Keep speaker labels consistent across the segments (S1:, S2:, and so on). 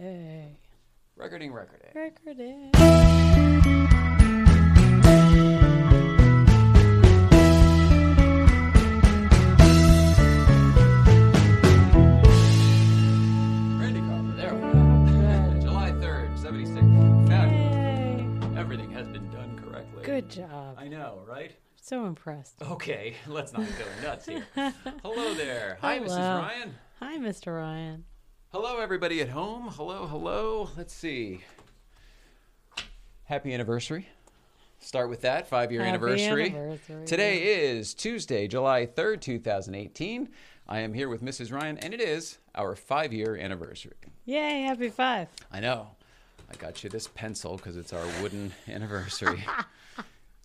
S1: Okay.
S2: Recording, recording.
S1: Recording.
S2: Randy Copper, there we go. July 3rd, 76. Now
S1: Yay.
S2: everything has been done correctly.
S1: Good job.
S2: I know, right?
S1: So impressed.
S2: Okay, let's not go nuts here. Hello there. Hi, Mrs.
S1: Hello.
S2: Ryan.
S1: Hi, Mr. Ryan.
S2: Hello, everybody at home. Hello, hello. Let's see. Happy anniversary. Start with that five year
S1: Happy
S2: anniversary.
S1: anniversary.
S2: Today is Tuesday, July 3rd, 2018. I am here with Mrs. Ryan, and it is our five year anniversary.
S1: Yay, happy five.
S2: I know. I got you this pencil because it's our wooden anniversary.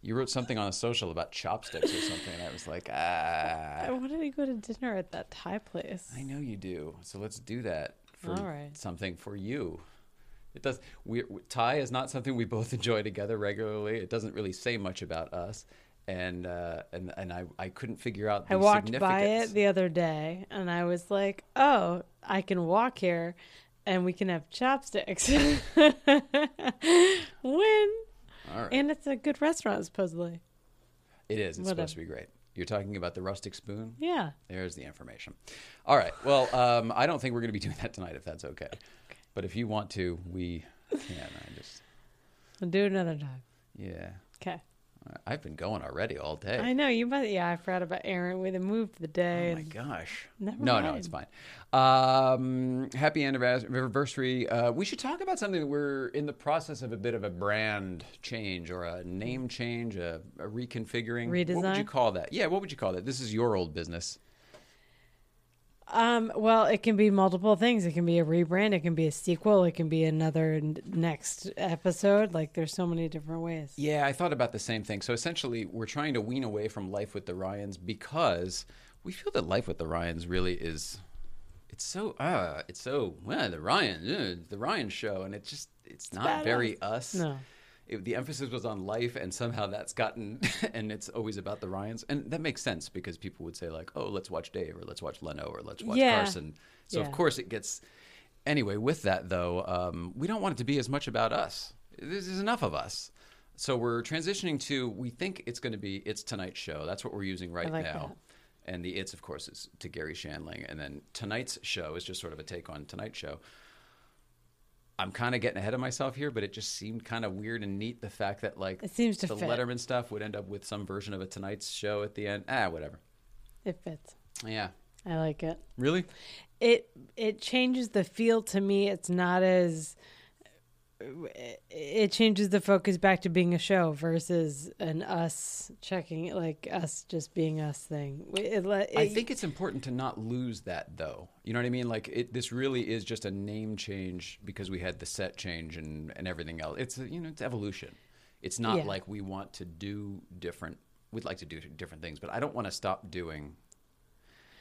S2: you wrote something on a social about chopsticks or something, and I was like, ah.
S1: I wanted to go to dinner at that Thai place.
S2: I know you do. So let's do that for
S1: All right.
S2: something for you. It does. We, we- Thai is not something we both enjoy together regularly. It doesn't really say much about us, and uh, and and I, I couldn't figure out. The
S1: I walked by
S2: significance.
S1: it the other day and I was like, oh, I can walk here and we can have chopsticks. when?
S2: All right.
S1: And it's a good restaurant, supposedly.
S2: It is. It's
S1: Whatever.
S2: supposed to be great. You're talking about the rustic spoon.
S1: Yeah.
S2: There's the information. All right. Well, um, I don't think we're going to be doing that tonight, if that's okay. But if you want to, we can. I just,
S1: I'll do it another time.
S2: yeah.
S1: Okay.
S2: I've been going already all day.
S1: I know you must. Yeah, I forgot about Aaron. We then moved the day.
S2: Oh my
S1: and-
S2: gosh.
S1: Never
S2: no, no, it's fine. Um, happy anniversary. Uh, we should talk about something that we're in the process of a bit of a brand change or a name change, a, a reconfiguring. What would you
S1: Redesign?
S2: call that? Yeah, what would you call that? This is your old business.
S1: um, well, it can be multiple things. It can be a rebrand. It can be a sequel. It can be another n- next episode. Like there's so many different ways.
S2: Yeah, I thought about the same thing. So essentially, we're trying to wean away from Life with the Ryans because we feel that Life with the Ryans really is. It's so uh, it's so well, the Ryan, uh, the Ryan show, and it's just it's not
S1: badass.
S2: very us.
S1: No.
S2: It, the emphasis was on life, and somehow that's gotten, and it's always about the Ryans, and that makes sense because people would say like, "Oh, let's watch Dave," or "Let's watch Leno," or "Let's watch
S1: Yeah.
S2: Carson." So of
S1: Yeah.
S2: course it gets. Anyway, with that though, um, we don't want it to be as much about us. This is enough of us. So we're transitioning to. We think it's going to be it's tonight's show. That's what we're using right
S1: like
S2: now. And the it's, of course, is to Gary Shandling. And then tonight's show is just sort of a take on tonight's show. I'm kind of getting ahead of myself here, but it just seemed kind of weird and neat the fact that like
S1: It seems to
S2: the
S1: fit.
S2: Letterman stuff would end up with some version of a Tonight's show at the end. Ah, whatever.
S1: It fits.
S2: Yeah.
S1: I like it.
S2: Really?
S1: It it changes the feel to me. It's not as it changes the focus back to being a show versus an us checking like us just being us thing. It, let
S2: I
S1: it-
S2: think it's important to not lose that though. You know what I mean? Like it, this really is just a name change because we had the set change and, and everything else. It's a, you know it's evolution. It's not
S1: Yeah.
S2: like we want to do different. We'd like to do different things, but I don't want to stop doing.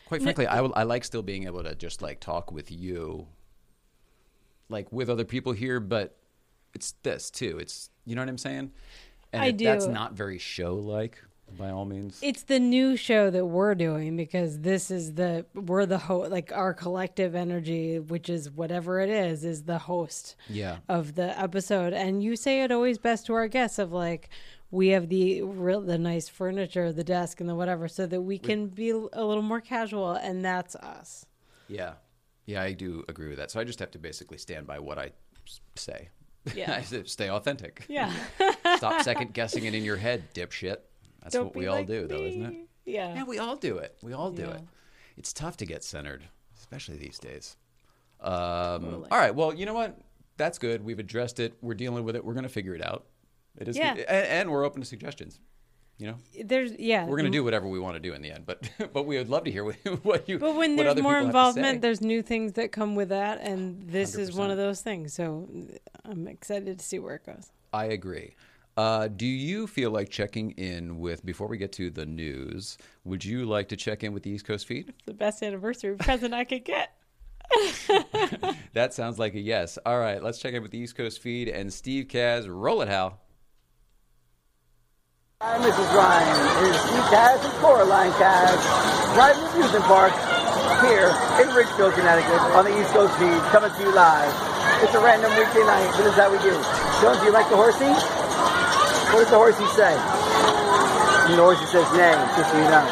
S2: Quite frankly, I will, I like still being able to just like talk with you, like with other people here, but it's this too. It's you know what I'm saying. And
S1: I
S2: if That's
S1: do.
S2: not very show like by all means.
S1: it's the new show that we're doing because this is the we're the ho- like our collective energy which is whatever it is is the host
S2: Yeah.
S1: of the episode and you say it always best to our guests of like we have the real the nice furniture the desk and the whatever so that we can be a little more casual and that's us
S2: Yeah. Yeah, I do agree with that. So I just have to basically stand by what I s- say.
S1: Yeah.
S2: I have to stay authentic.
S1: yeah
S2: Stop second guessing it in your head, dipshit. That's what we all do, though, isn't it?
S1: yeah
S2: Yeah, we all do it. We all do
S1: Yeah.
S2: it. It's tough to get centered, especially these days. Um,
S1: Totally.
S2: All right. Well, you know what? That's good. We've addressed it. We're dealing with it. We're going to figure it out. It is,
S1: Yeah.
S2: and, and we're open to suggestions. You know,
S1: there's yeah
S2: we're going to do whatever we want to do in the end, but but we would love to hear what you.
S1: But when
S2: what
S1: there's
S2: other
S1: more
S2: people have to say.
S1: involvement, there's new things that come with that, and this is one
S2: 100%.
S1: of those things. So I'm excited to see where it goes.
S2: I agree. Uh, do you feel like checking in with, before we get to the news, would you like to check in with the East Coast feed?
S1: It's the best anniversary present I could get.
S2: That sounds like a yes. All right, let's check in with the East Coast feed and Steve Kaz. Roll it, Hal.
S3: Hi, Mrs. Ryan. It is Steve Cass and Coraline Cass driving the amusement park here in Ridgeville, Connecticut on the East Coast feed coming to you live It's a random weekday night. What is that we do? Jones, do you like the horsey? What does the horsey say? And the horsey says nay, just so you know.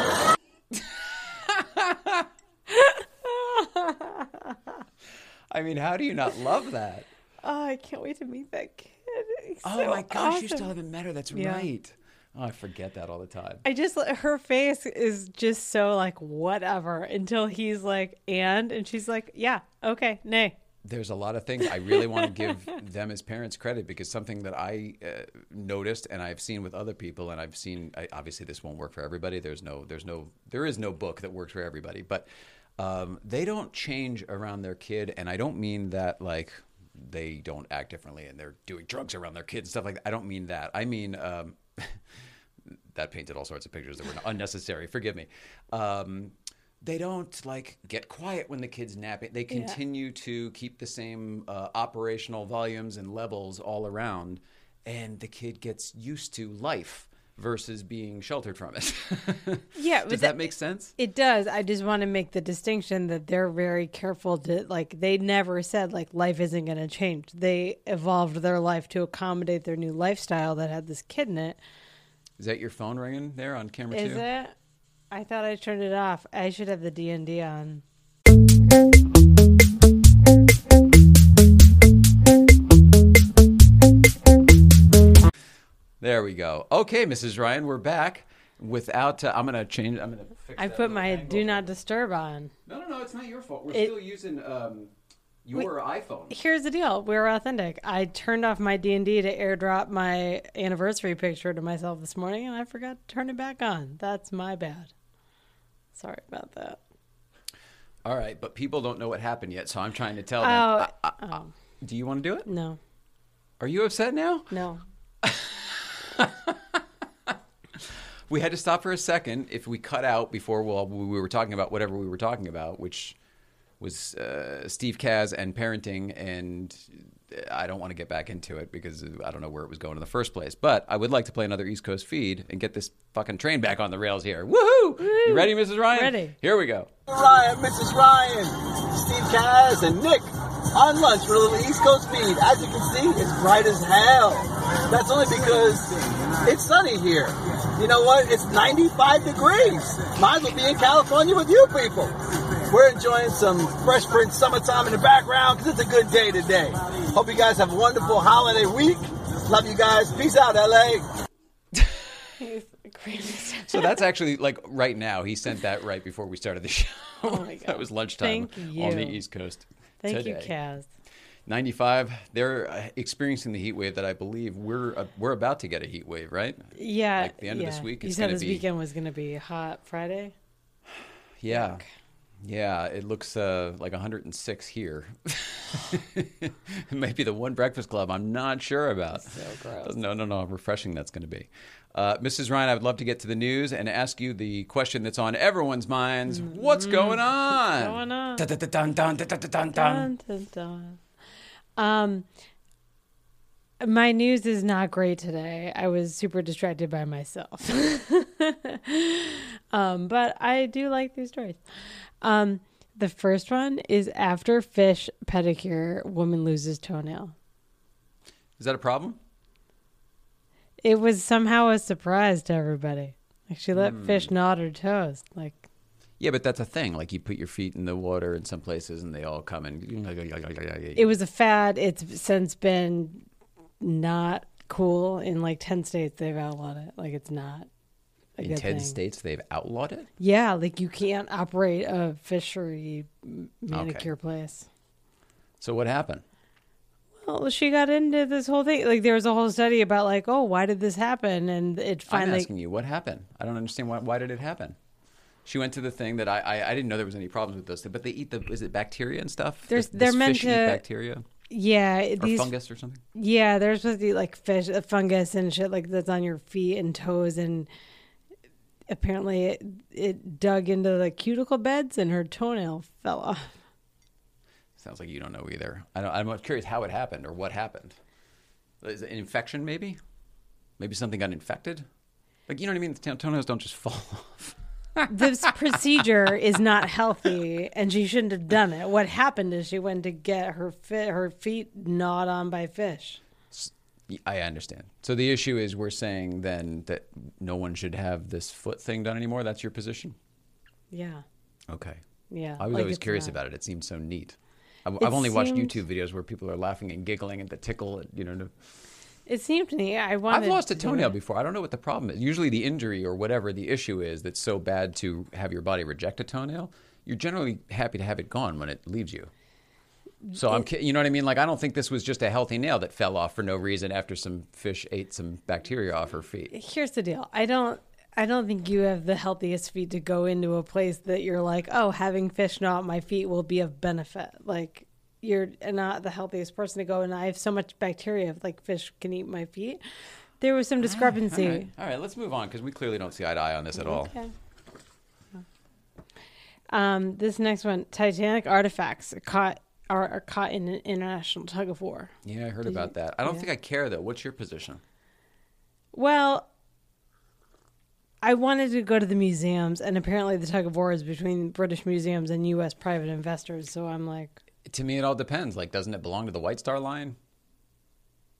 S2: I mean, how do you not love that?
S1: Oh, I can't wait to meet that kid. He's
S2: Oh
S1: so
S2: my gosh, you still
S1: awesome.
S2: haven't met her. That's
S1: Yeah.
S2: right. Oh, I forget that all the time.
S1: I just her face is just so like whatever until he's like and and she's like yeah okay nay
S2: There's a lot of things I really want to give them as parents credit because something that I uh, noticed and I've seen with other people and I've seen I, obviously this won't work for everybody. There's no there's no there is no book that works for everybody, but um, they don't change around their kid, and I don't mean that like they don't act differently and they're doing drugs around their kids and stuff like that. I don't mean that. I mean. Um, that painted all sorts of pictures that were unnecessary. Forgive me. Um, they don't like get quiet when the kids napping. They continue to keep the same uh, operational volumes and levels all around, and the kid gets used to life versus being sheltered from it.
S1: yeah
S2: Does that make sense?
S1: It does. I just want to make the distinction that they're very careful to like they never said like life isn't going to change. They evolved their life to accommodate their new lifestyle that had this kid in it.
S2: Is that your phone ringing there on camera
S1: Is
S2: too?
S1: it? I thought I turned it off. I should have the D and D on.
S2: There we go. Okay, Mrs. Ryan, we're back. Without, uh, I'm gonna change. I'm gonna. Fix
S1: I
S2: that
S1: put
S2: little
S1: my
S2: angle.
S1: do not disturb on.
S2: No, no, no. It's not your fault. We're
S1: It-
S2: still using um, your iPhone.
S1: Here's the deal. We're authentic. I turned off my D and D to airdrop my anniversary picture to myself this morning and I forgot to turn it back on. That's my bad. Sorry about that.
S2: All right, but people don't know what happened yet, so I'm trying to tell them.
S1: Oh,
S2: I- I- I- do you want to do it?
S1: no.
S2: Are you upset now?
S1: No.
S2: We had to stop for a second. If we cut out before, well, we we were talking about whatever we were talking about, which was uh, Steve Kaz and parenting, and uh, I don't want to get back into it because I don't know where it was going in the first place. But I would like to play another East Coast feed and get this fucking train back on the rails here. Woohoo! You ready, Mrs. Ryan?
S1: Ready.
S2: Here we go.
S3: Ryan, Mrs. Ryan, Steve Kaz, and Nick on lunch for a little East Coast feed. As you can see, it's bright as hell. That's only because it's sunny here. You know what? It's 95 degrees. Might as well be in California with you people. We're enjoying some Fresh Prince summertime in the background because it's a good day today. Hope you guys have a wonderful holiday week. Love you guys. Peace out, LA.
S1: He's the greatest.
S2: So that's actually like right now. He sent that right before we started the show.
S1: Oh my
S2: that
S1: God.
S2: was lunchtime
S1: Thank
S2: on the
S1: you.
S2: East Coast.
S1: Thank
S2: today.
S1: you, Kaz.
S2: 95. They're uh, experiencing the heat wave that I believe we're uh, we're about to get a heat wave, right?
S1: Yeah.
S2: Like, the end of this
S1: yeah.
S2: week,
S1: You
S2: it's
S1: said
S2: gonna
S1: this
S2: be-
S1: weekend was going to be hot Friday.
S2: Yeah. Yeah, it looks uh, like 106 here. it might be the one breakfast club I'm not sure about.
S1: So gross.
S2: No, no, no. How refreshing that's going to be. Uh, Mrs. Ryan, I would love to get to the news and ask you the question that's on everyone's minds. What's
S1: Mm-hmm.
S2: going on?
S1: going on?
S2: Dun, dun, dun, dun, dun, dun, dun, dun.
S1: Dun, dun, dun. Um, my news is not great today. I was super distracted by myself. um, but I do like these stories. Um, the first one is after fish pedicure, woman loses toenail.
S2: Is that a problem?
S1: It was somehow a surprise to everybody. Like she let fish gnaw at her toes. Like
S2: Yeah, but that's a thing. Like you put your feet in the water in some places, and they all come and.
S1: it was a fad. It's since been not cool in like ten states. They've outlawed it. Like it's not a
S2: in
S1: good
S2: ten
S1: thing.
S2: states, they've outlawed it.
S1: Yeah, like you can't operate a fishery m- manicure place.
S2: So what happened?
S1: Well, she got into this whole thing. Like there was a whole study about like, oh, why did this happen? And it
S2: I'm
S1: finally
S2: asking you, what happened? I don't understand why. Why did it happen? She went to the thing that I, I I didn't know there was any problems with those. But they eat the is it bacteria and stuff?
S1: There's-
S2: Does-
S1: they're
S2: does
S1: meant
S2: fish
S1: to-
S2: eat bacteria
S1: yeah,
S2: or
S1: these
S2: fungus or something.
S1: Yeah, they're supposed to be like fish, uh, fungus and shit like that's on your feet and toes, and apparently it, it dug into the cuticle beds and her toenail fell off.
S2: Sounds like you don't know either. I don't, I'm curious how it happened or what happened. Is it an infection? Maybe, maybe something got infected. Like you know what I mean? The toenails don't just fall off.
S1: this procedure is not healthy and she shouldn't have done it. What happened is she went to get her fit, her feet gnawed on by fish.
S2: I understand. So the issue is we're saying then that no one should have this foot thing done anymore. That's your position.
S1: Yeah.
S2: Okay.
S1: Yeah.
S2: I was
S1: like
S2: always
S1: it's
S2: curious
S1: not-
S2: about it. It seemed so neat. I- I've,
S1: It
S2: only watched
S1: seemed-
S2: YouTube videos where people are laughing and giggling at the tickle. You know, no-
S1: It seemed to me I wanted
S2: I've lost a
S1: to do
S2: toenail
S1: it.
S2: before. I don't know what the problem is. Usually, the injury or whatever the issue is that's so bad to have your body reject a toenail, you're generally happy to have it gone when it leaves you. So I'm, ki- you know what I mean? Like I don't think this was just a healthy nail that fell off for no reason after some fish ate some bacteria off her feet.
S1: Here's the deal. I don't I don't think you have the healthiest feet to go into a place that you're like, "Oh, having fish gnaw at my feet will be of benefit." Like you're not the healthiest person to go and I have so much bacteria like fish can eat my feet. There was some discrepancy.
S2: Ah, All right, all right let's move on because we clearly don't see eye to eye on this at all.
S1: Okay. Um, this next one, Titanic artifacts caught are, are caught in an international tug of war.
S2: Yeah, I heard about that. I don't think I care though. What's your position?
S1: Well, I wanted to go to the museums, and apparently the tug of war is between British museums and U.S. private investors. So I'm like,
S2: To me, it all depends. Like, doesn't it belong to the White Star Line?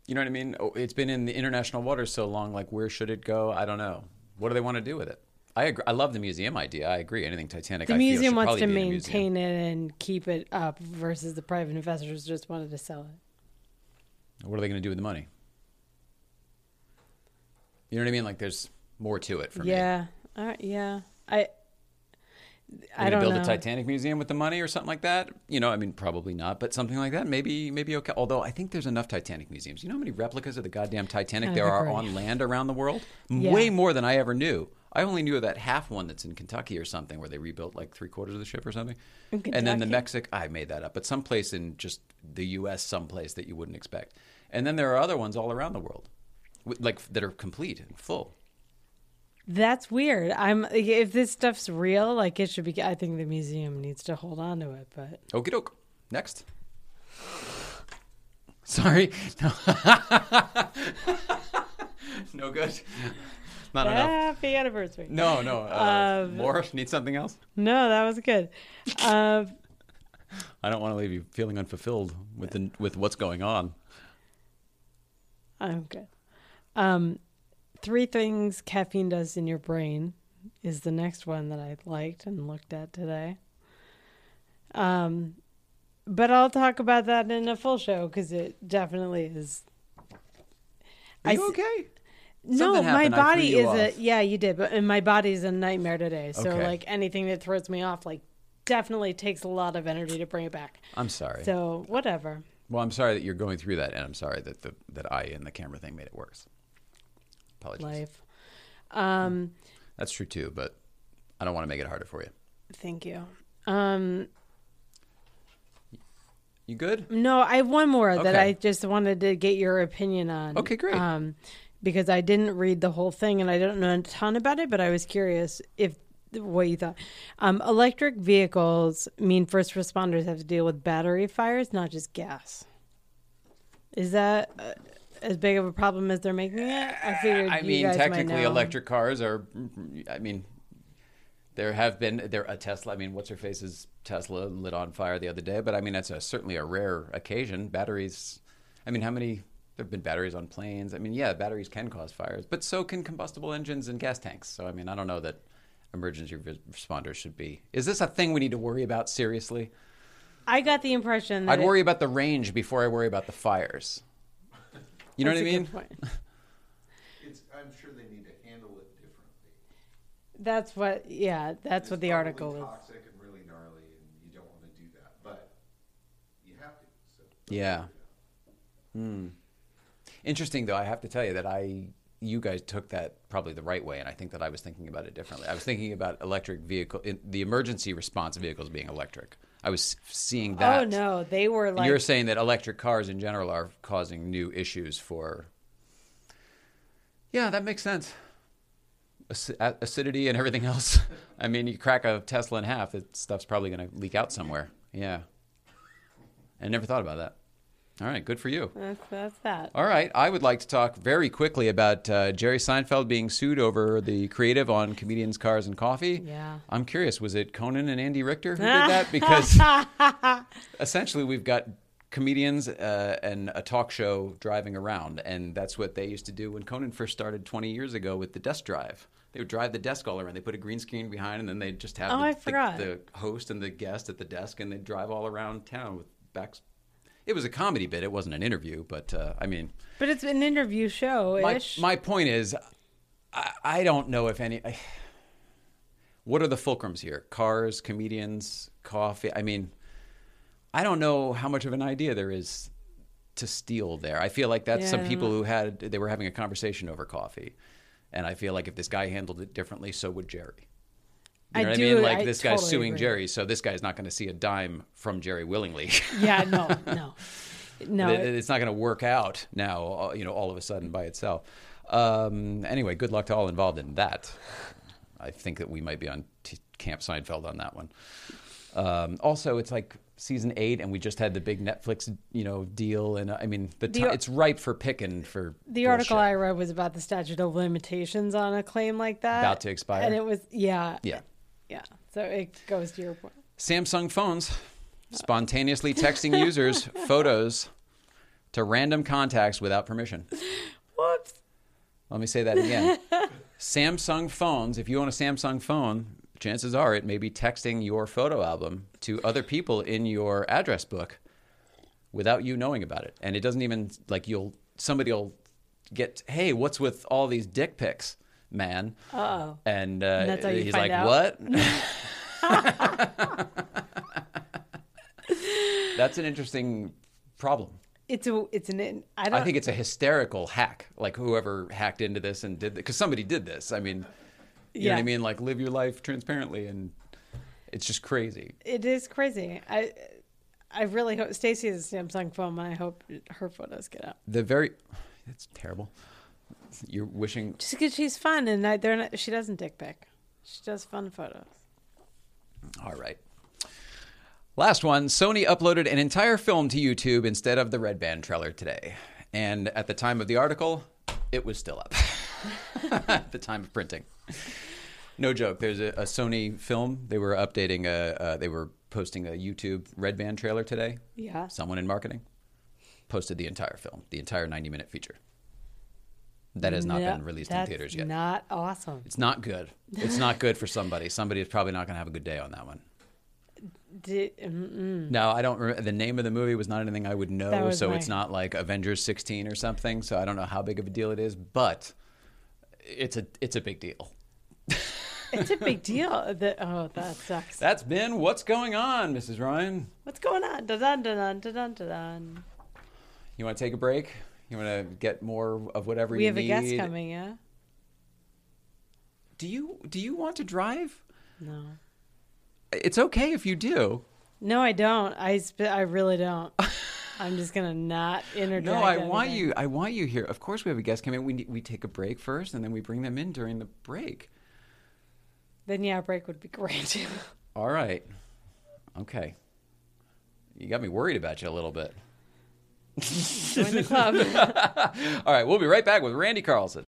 S2: You know what I mean? Oh, It's been in the international waters so long. Like, where should it go? I don't know. What do they want to do with it? I agree. I love the museum idea. I agree. Anything Titanic,
S1: the
S2: I feel,
S1: museum
S2: should
S1: wants
S2: probably
S1: to
S2: be in a museum.
S1: maintain it and keep it up, versus the private investors just wanted to sell it.
S2: What are they going to do with the money? You know what I mean? Like, there's more to it for me.
S1: yeah, uh, yeah. I,
S2: Are
S1: I
S2: they
S1: don't
S2: gonna build
S1: know.
S2: a Titanic museum with the money or something like that? You know, I mean, probably not, but something like that, maybe, maybe okay. Although I think there's enough Titanic museums. You know how many replicas of the goddamn Titanic
S1: I
S2: there are
S1: agree.
S2: on land around the world?
S1: Oh, Yeah.
S2: Way more than I ever knew. I only knew of that half one that's in Kentucky or something, where they rebuilt like three quarters of the ship or something.
S1: In
S2: And then the
S1: Kentucky?
S2: Mexic, I made that up, but someplace in just the U.S., someplace that you wouldn't expect. And then there are other ones all around the world, with- like that are complete and full.
S1: That's weird. I'm if this stuff's real, like it should be. I think the museum needs to hold on to it, but
S2: Okie doke. Next. Sorry. No. no good. Not enough.
S1: happy anniversary.
S2: No, no. Uh,
S1: Um,
S2: more? Need something else?
S1: No, that was good. Uh,
S2: I don't want to leave you feeling unfulfilled with the, with what's going on.
S1: I'm good. Um, three things caffeine does in your brain is the next one that I liked and looked at today. Um, but I'll talk about that in a full show because it definitely is.
S2: Are
S1: I
S2: you
S1: s-
S2: okay?
S1: No,
S2: Something
S1: my
S2: happened. I
S1: body
S2: threw
S1: is
S2: you
S1: a
S2: off.
S1: yeah, you did, but and my body is a nightmare today. So
S2: Okay.
S1: like anything that throws me off, like definitely takes a lot of energy to bring it back.
S2: I'm sorry.
S1: So whatever.
S2: well, I'm sorry that you're going through that, and I'm sorry that the that I and the camera thing made it worse. Apologies.
S1: Life. Um,
S2: That's true too, but I don't want to make it harder for you.
S1: thank you. Um,
S2: You good?
S1: no, I have one more that
S2: Okay.
S1: I just wanted to get your opinion on.
S2: Okay, great.
S1: Um, because I didn't read the whole thing and I don't know a ton about it, but I was curious if what you thought. Um, electric vehicles mean first responders have to deal with battery fires, not just gas. Is that uh, as big of a problem as they're making it? I figured.
S2: I
S1: you
S2: mean,
S1: guys might
S2: technically,
S1: know.
S2: electric cars are. I mean, there have been there a Tesla. I mean, what's her face's Tesla lit on fire the other day, but I mean, that's a, certainly a rare occasion. Batteries. I mean, how many? There've been batteries on planes. I mean, yeah, batteries can cause fires, but so can combustible engines and gas tanks. So I mean, I don't know that emergency res- responders should be. Is this a thing we need to worry about seriously?
S1: I got the impression that
S2: I'd
S1: it-
S2: worry about the range before I worry about the fires. You know
S1: That's
S2: what I
S1: a good
S2: mean?
S1: point.
S4: It's, I'm sure they need to handle it differently.
S1: That's what, yeah, that's what
S4: It's
S1: the
S4: probably
S1: article was.
S4: Toxic and really gnarly, and you don't want to do that, but you have to. So
S2: Yeah. Hmm. Interesting though, I have to tell you that I you guys took that probably the right way, and I think that I was thinking about it differently. I was thinking about electric vehicle, in, the emergency response vehicles being electric. I was seeing that.
S1: Oh no, they were like
S2: You're saying that electric cars in general are causing new issues for. Yeah, that makes sense. Ac- a- acidity and everything else. I mean, you crack a Tesla in half, that stuff's probably going to leak out somewhere. Yeah. I never thought about that. All right, good for you.
S1: That's, that's that.
S2: All right, I would like to talk very quickly about uh, Jerry Seinfeld being sued over the creative on comedians, cars, and coffee.
S1: Yeah.
S2: I'm curious, was it Conan and Andy Richter who did that? Because essentially, we've got comedians uh, and a talk show driving around, and that's what they used to do when Conan first started 20 years ago with the desk drive. They would drive the desk all around. They put a green screen behind, and then they'd just have
S1: Oh,
S2: the,
S1: I
S2: the-
S1: forgot.
S2: the host and the guest at the desk, and they'd drive all around town with backs. It was a comedy bit. It wasn't an interview, but uh, I mean,
S1: But it's an interview show
S2: my,
S1: ish.
S2: my point is, I, I don't know if any. I, what are the fulcrums here? Cars, comedians, coffee. I mean, I don't know how much of an idea there is to steal there. I feel like that's some
S1: Yeah.
S2: people who had they were having a conversation over coffee, and I feel like if this guy handled it differently, so would Jerry. You
S1: I
S2: know what I
S1: do-
S2: mean? Like
S1: I
S2: this guy's
S1: totally
S2: suing
S1: agree.
S2: Jerry, so this guy's not going to see a dime from Jerry willingly.
S1: yeah, no, no. No.
S2: It- it's not going to work out now, uh, you know, all of a sudden by itself. Um, anyway, good luck to all involved in that. I think that we might be on t- Camp Seinfeld on that one. Um, also, it's like season eight, and we just had the big Netflix, you know, deal, and uh, I mean, the, ti-
S1: ar-
S2: it's ripe for picking for
S1: the article
S2: bullshit.
S1: I read was about the statute of limitations on a claim like that.
S2: About to expire?
S1: And it was, yeah.
S2: Yeah.
S1: Yeah. So it goes to your point.
S2: Samsung phones
S1: Uh.
S2: spontaneously texting users photos to random contacts without permission.
S1: Whoops.
S2: Let me say that again. Samsung phones, if you own a Samsung phone, chances are it may be texting your photo album to other people in your address book without you knowing about it. And it doesn't even, like, you'll, somebody will get, hey, what's with all these dick pics, man?
S1: Uh-oh.
S2: And, uh,
S1: that's how you
S2: he's
S1: find out.
S2: like, what? that's an interesting problem.
S1: It's a, it's an, in- I don't,
S2: I think it's a hysterical hack. Like whoever hacked into this and did because somebody did this. I mean, you know what
S1: Yeah.
S2: I mean? Like live your life transparently, and it's just crazy.
S1: it is crazy. I, I really hope Stacy has a Samsung phone, and I hope her photos get out.
S2: The very, it's terrible. You're wishing.
S1: Just because she's fun, and I, they're not, she doesn't dick pic. She does fun photos.
S2: All right. Last one. Sony uploaded an entire film to YouTube instead of the Red Band trailer today, and at the time of the article, it was still up. at the time of printing. No joke. There's a, a Sony film. They were updating. A, uh, they were posting a YouTube Red Band trailer today.
S1: Yeah.
S2: Someone in marketing posted the entire film, the entire 90 minute feature. That has not
S1: Yeah,
S2: been released in
S1: that's
S2: theaters yet.
S1: Not awesome.
S2: it's not good. It's not good for somebody. Somebody is probably not going to have a good day on that one.
S1: Did, mm-mm.
S2: No, I don't. Remember, the name of the movie was not anything I would
S1: That
S2: know,
S1: was
S2: so
S1: my-
S2: it's not like Avengers 16 or something. So I don't know how big of a deal it is, but it's a it's a big deal.
S1: it's a big deal. That, oh, that sucks.
S2: That's been what's going on, Mrs. Ryan.
S1: What's going on? Dun dun dun dun dun dun dun.
S2: You want to take a break? You want to get more of whatever
S1: We
S2: you
S1: have a
S2: need?
S1: guest coming, yeah?
S2: Do you do you want to drive?
S1: No.
S2: It's okay if you do.
S1: No, I don't. I sp- I really don't. I'm just gonna not interject.
S2: No, I want
S1: anything.
S2: you. I want you here. Of course, we have a guest coming. We need, we take a break first, and then we bring them in during the break.
S1: Then yeah, a break would be great.
S2: All right. Okay. You got me worried about you a little bit.
S1: Join the club.
S2: All right, we'll be right back with Randy Carlson.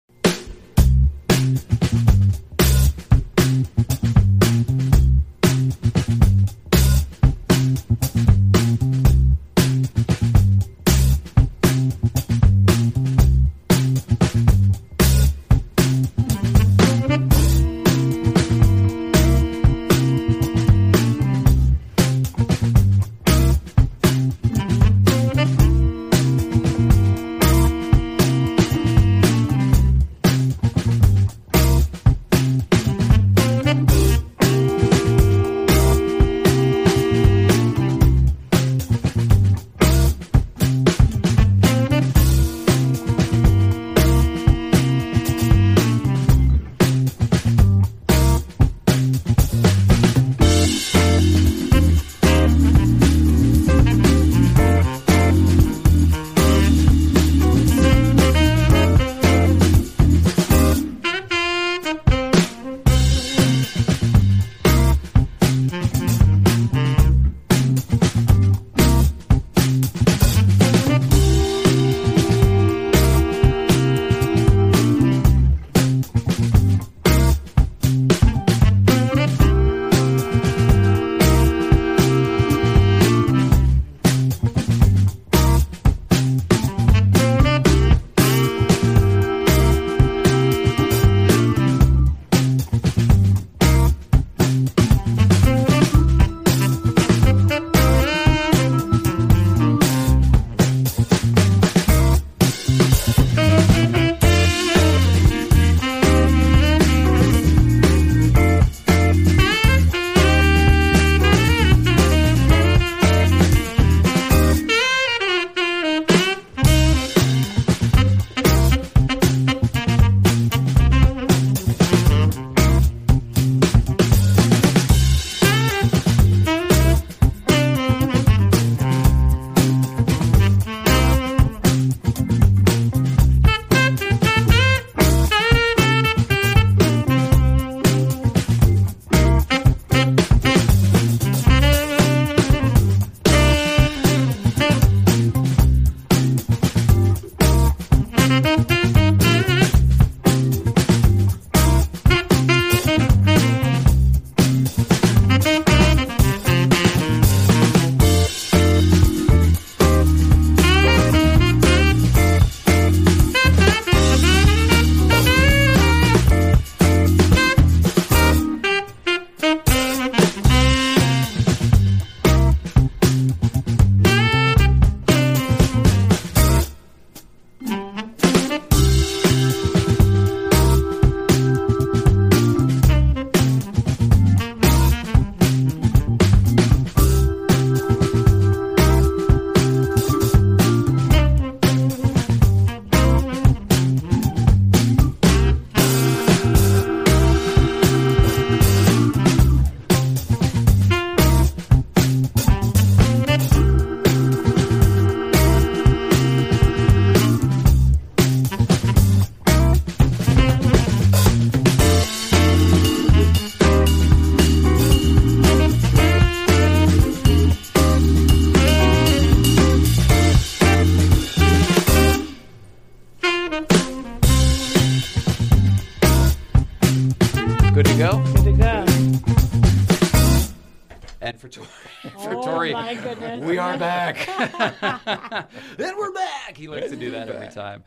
S2: for Tori. for
S1: Oh
S2: Tori.
S1: my goodness.
S2: We are back. then we're back. He likes to do that every time.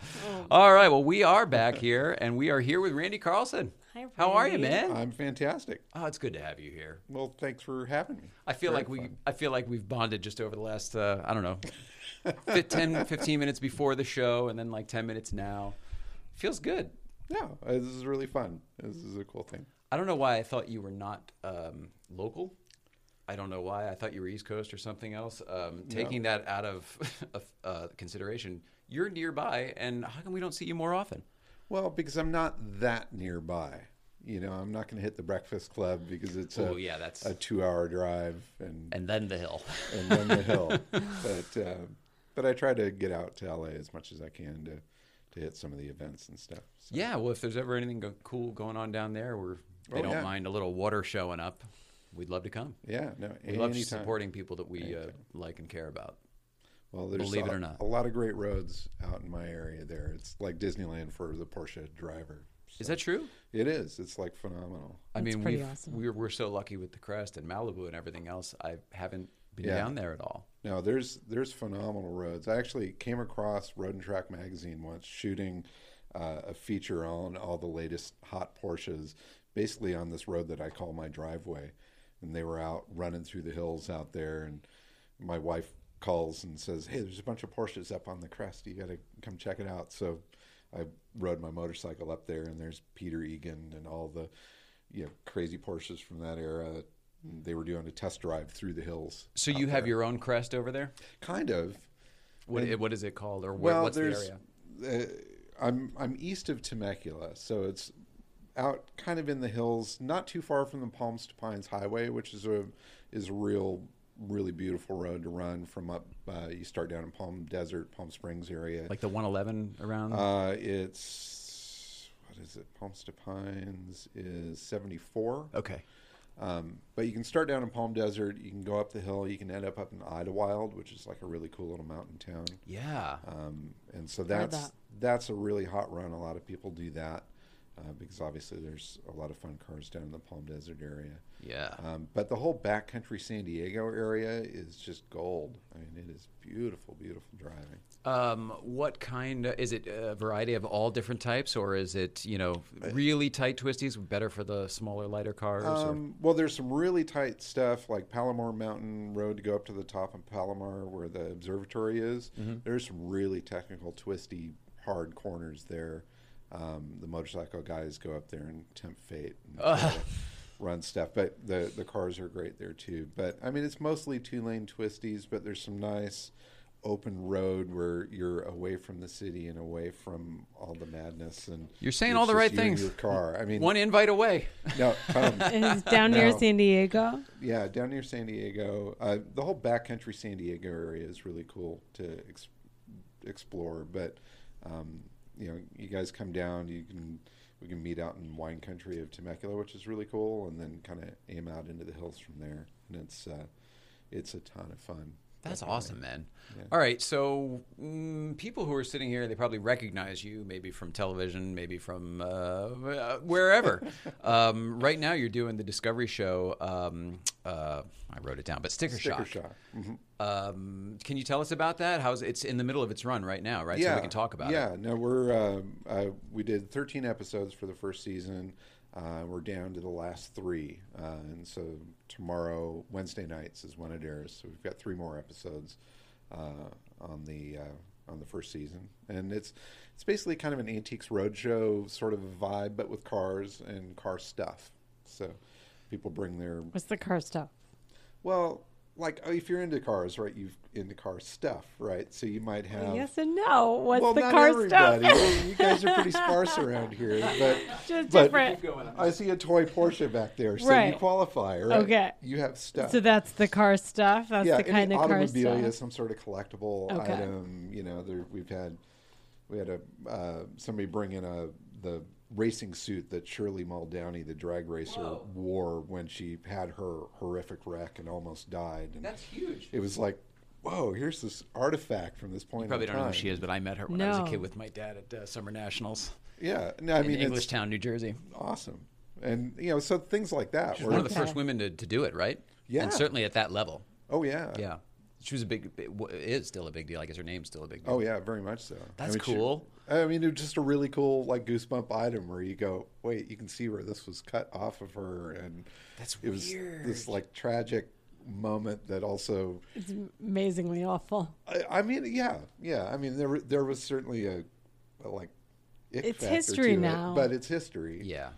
S2: All right. Well, we are back here, and we are here with Randy Carlson.
S1: Hi,
S2: How are you,
S1: Randy.
S2: man?
S5: I'm fantastic.
S2: Oh, it's good to have you here.
S5: Well, thanks for having me.
S2: I feel
S5: Very
S2: like we
S5: fun.
S2: I feel like we've bonded just over the last uh, I don't know fif- 10 15 minutes before the show and then like 10 minutes now. Feels good.
S5: Yeah, uh, this is really fun. This is a cool thing.
S2: I don't know why I thought you were not um, local. I don't know why I thought you were East Coast or something else. Um, taking that out of, of uh, consideration, you're nearby, and how come we don't see you more often?
S5: Well, because I'm not that nearby. You know, I'm not going to hit the Breakfast Club because it's
S2: Oh,
S5: a,
S2: yeah, that's-
S5: a two-hour drive and
S2: And then the hill.
S5: and then the hill. But uh, but I try to get out to LA as much as I can to to hit some of the events and stuff. So,
S2: yeah, well, if there's ever anything go- cool going on down there where they
S5: Oh,
S2: don't
S5: yeah.
S2: mind a little water showing up, we'd love to come.
S5: yeah, no,
S2: We love
S5: anytime.
S2: supporting people that we uh, like and care about.
S5: Well, there's
S2: believe
S5: a,
S2: it or not.
S5: a lot of great roads out in my area. There, it's like Disneyland for the Porsche driver.
S2: Is that true?
S5: It is. It's like phenomenal.
S2: I mean,
S1: pretty
S2: we've,
S1: awesome.
S2: we're we're so lucky with the crest and Malibu and everything else. I haven't been
S5: Yeah.
S2: down there at all.
S5: No, there's there's phenomenal roads. I actually came across Road and Track magazine once shooting uh, a feature on all the latest hot Porsches, basically on this road that I call my driveway, and they were out running through the hills out there, and my wife calls and says, "Hey, there's a bunch of Porsches up on the crest. You got to come check it out." So I rode my motorcycle up there, and there's Peter Egan and all the you know crazy Porsches from that era. They were doing a test drive through the hills.
S2: So you have your own crest over there?
S5: Kind of.
S2: What, what is it called, or wh-
S5: Well,
S2: what's the
S5: there's-
S2: area?
S5: I'm I'm east of Temecula, so it's out kind of in the hills, not too far from the Palms to Pines Highway, which is a is a real really beautiful road to run from up. Uh, you start down in Palm Desert, Palm Springs area.
S2: Like the 111 around?
S5: uh, it's what is it? Palms to Pines is seventy four.
S2: okay.
S5: But you can start down in Palm Desert. You can go up the hill. You can end up up in Idlewild, which is like a really cool little mountain town.
S2: Yeah.
S5: Um, and so that's
S1: that.
S5: that's a really hot run. A lot of people do that uh, because obviously there's a lot of fun cars down in the Palm Desert area.
S2: yeah.
S5: Um, but the whole backcountry San Diego area is just gold. I mean, it is beautiful, beautiful driving.
S2: Um, what kind of, is it a variety of all different types, or is it, you know, really tight twisties, better for the smaller, lighter cars? or-
S5: Um, well, there's some really tight stuff like Palomar Mountain Road to go up to the top of Palomar where the observatory is.
S2: Mm-hmm.
S5: There's some really technical, twisty, hard corners there. Um, the motorcycle guys go up there and tempt fate and try to run stuff, but the the cars are great there too. But I mean, it's mostly two lane twisties, but there's some nice open road where you're away from the city and away from all the madness and
S2: You're saying
S5: it's
S2: all the
S5: just
S2: right
S5: you and
S2: things.
S5: your car i mean
S2: One invite away.
S5: no um,
S1: It's down near
S5: No.
S1: San Diego.
S5: yeah, down near San Diego, uh, the whole backcountry San Diego area is really cool to ex- explore. But um, you know, you guys come down, you can we can meet out in wine country of Temecula, which is really cool, and then kind of aim out into the hills from there. And it's uh, it's a ton of fun.
S2: That's awesome, man. All right, so mm, people who are sitting here, they probably recognize you, maybe from television, maybe from uh, uh, wherever. um, right now, you're doing the Discovery Show. Um, uh, I wrote it down, but Sticker,
S5: Sticker
S2: Shock.
S5: shock.
S2: Um, can you tell us about that? How's it's in the middle of its run right now, right? so we can talk about
S5: yeah,
S2: it.
S5: no, we're um, uh, we did 13 episodes for the first season. Uh, we're down to the last three, uh, and so tomorrow, Wednesday nights, is when it airs. So we've got three more episodes uh, on the uh, on the first season, and it's it's basically kind of an antiques roadshow sort of vibe, but with cars and car stuff. So people bring their
S1: What's the car stuff?
S5: well. Like if you're into cars, right? You've into car stuff, right? So you might have
S1: Yes and no. What's
S5: well,
S1: the
S5: not
S1: car
S5: everybody.
S1: stuff?
S5: Well, you guys are pretty sparse around here, but
S1: Just
S5: but
S1: different.
S5: I see a toy Porsche back there, so
S1: Right.
S5: you qualify, right?
S1: Okay.
S5: You have stuff.
S1: So that's the car stuff. That's
S5: yeah,
S1: the kind
S5: any
S1: of car
S5: automobile
S1: stuff.
S5: is some sort of collectible
S1: Okay.
S5: item. You know, there, we've had we had a uh, somebody bring in a the racing suit that Shirley Muldowney, the drag racer, wore when she had her horrific wreck and almost died. And
S2: That's huge.
S5: it was like, whoa, here's this artifact from this point.
S2: Probably
S5: in
S2: don't know who
S5: time.
S2: she is, but I met her when I was a
S1: No.
S2: kid with my dad at uh, Summer Nationals
S5: Yeah, no, I
S2: in
S5: mean it's
S2: Englishtown, New Jersey.
S5: awesome. And you know, so things like that.
S2: She's
S5: were-
S2: one of the first women to, to do it, right?
S5: Yeah.
S2: and certainly at that level.
S5: Oh yeah.
S2: Yeah, she was a big it wa- is still a big deal. I guess her name's still a big deal.
S5: Oh yeah, very much so.
S2: That's
S5: I mean, she-
S2: cool.
S5: I mean, it was just a really cool like goosebump item where you go, wait, you can see where this was cut off of her, and
S2: That's
S5: it was
S2: weird.
S5: this like tragic moment that also.
S1: It's amazingly awful.
S5: I, I mean, yeah, yeah. I mean, there there was certainly a, a like. ick
S1: It's
S5: factor
S1: history
S5: to it,
S1: now.
S5: but it's history.
S2: Yeah,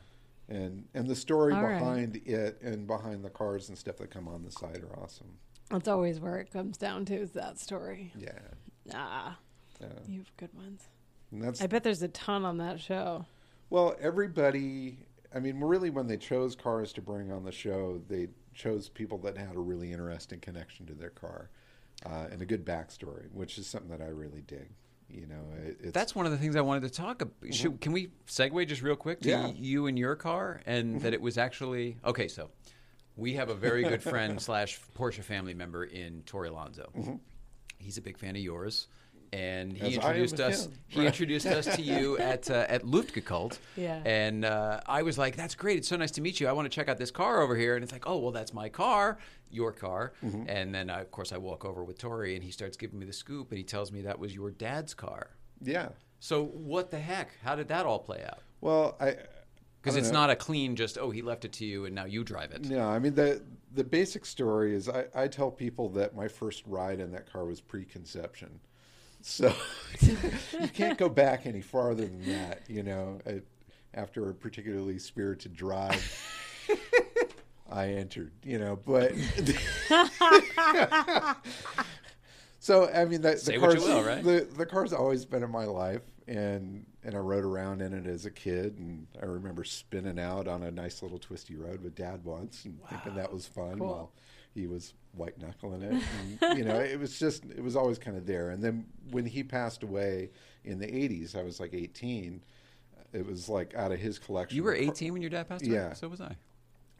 S5: and and the story
S1: All right.
S5: behind it and behind the cars and stuff that come on the side are awesome.
S1: That's always where it comes down to is that story.
S5: Yeah,
S1: Ah,
S5: yeah.
S1: you have good ones.
S5: And that's
S1: I bet there's a ton on that show.
S5: Well, everybody, I mean, really, when they chose cars to bring on the show, they chose people that had a really interesting connection to their car uh, and a good backstory, which is something that I really dig. You know, it, it's Mm-hmm.
S2: that's one of the things I wanted to talk about. Should, can we segue just real quick to
S5: Yeah. Mm-hmm.
S2: you and your car, and that it was actually okay. So, we have a very good friend slash Porsche family member in Tori Alonso. He's a big fan of yours, and he
S5: Mm-hmm. As I am
S2: introduced
S5: with
S2: us.
S5: him.
S2: He introducult introduced us to you at uh, at Luftgekult.
S1: Yeah.
S2: And uh, I was like, "That's great! It's so nice to meet you. I want to check out this car over here." And it's like, "Oh, well, that's my car, your car."
S5: Mm-hmm.
S2: And then, uh, of course, I walk over with Tori, and he starts giving me the scoop, and he tells me that was your dad's car.
S5: yeah.
S2: So what the heck? How did that all play out?
S5: Well, I
S2: Because
S5: I
S2: it's
S5: don't know.
S2: not a clean just oh he left it to you and now you drive it.
S5: No, I mean the the basic story is I, I tell people that my first ride in that car was preconception, so you can't go back any farther than that. You know, I, after a particularly spirited drive, I entered. You know, but so I mean that
S2: Say
S5: the
S2: what
S5: car's
S2: you will, right?
S5: the the car's always been in my life, and and I rode around in it as a kid, and I remember spinning out on a nice little twisty road with Dad once, and thinking that was fun while he was white knuckling it. And, you know, it was just it was always kind of there. And then when he passed away in the '80s, I was like 18. It was like out of his collection.
S2: You were
S5: The car-
S2: 18 when your dad passed away.
S5: Yeah.
S2: So was I.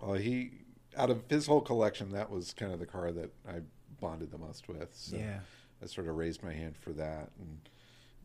S5: well, Uh, he out of his whole collection, that was kind of the car that I bonded the most with. So
S2: Yeah.
S5: I sort of raised my hand for that, and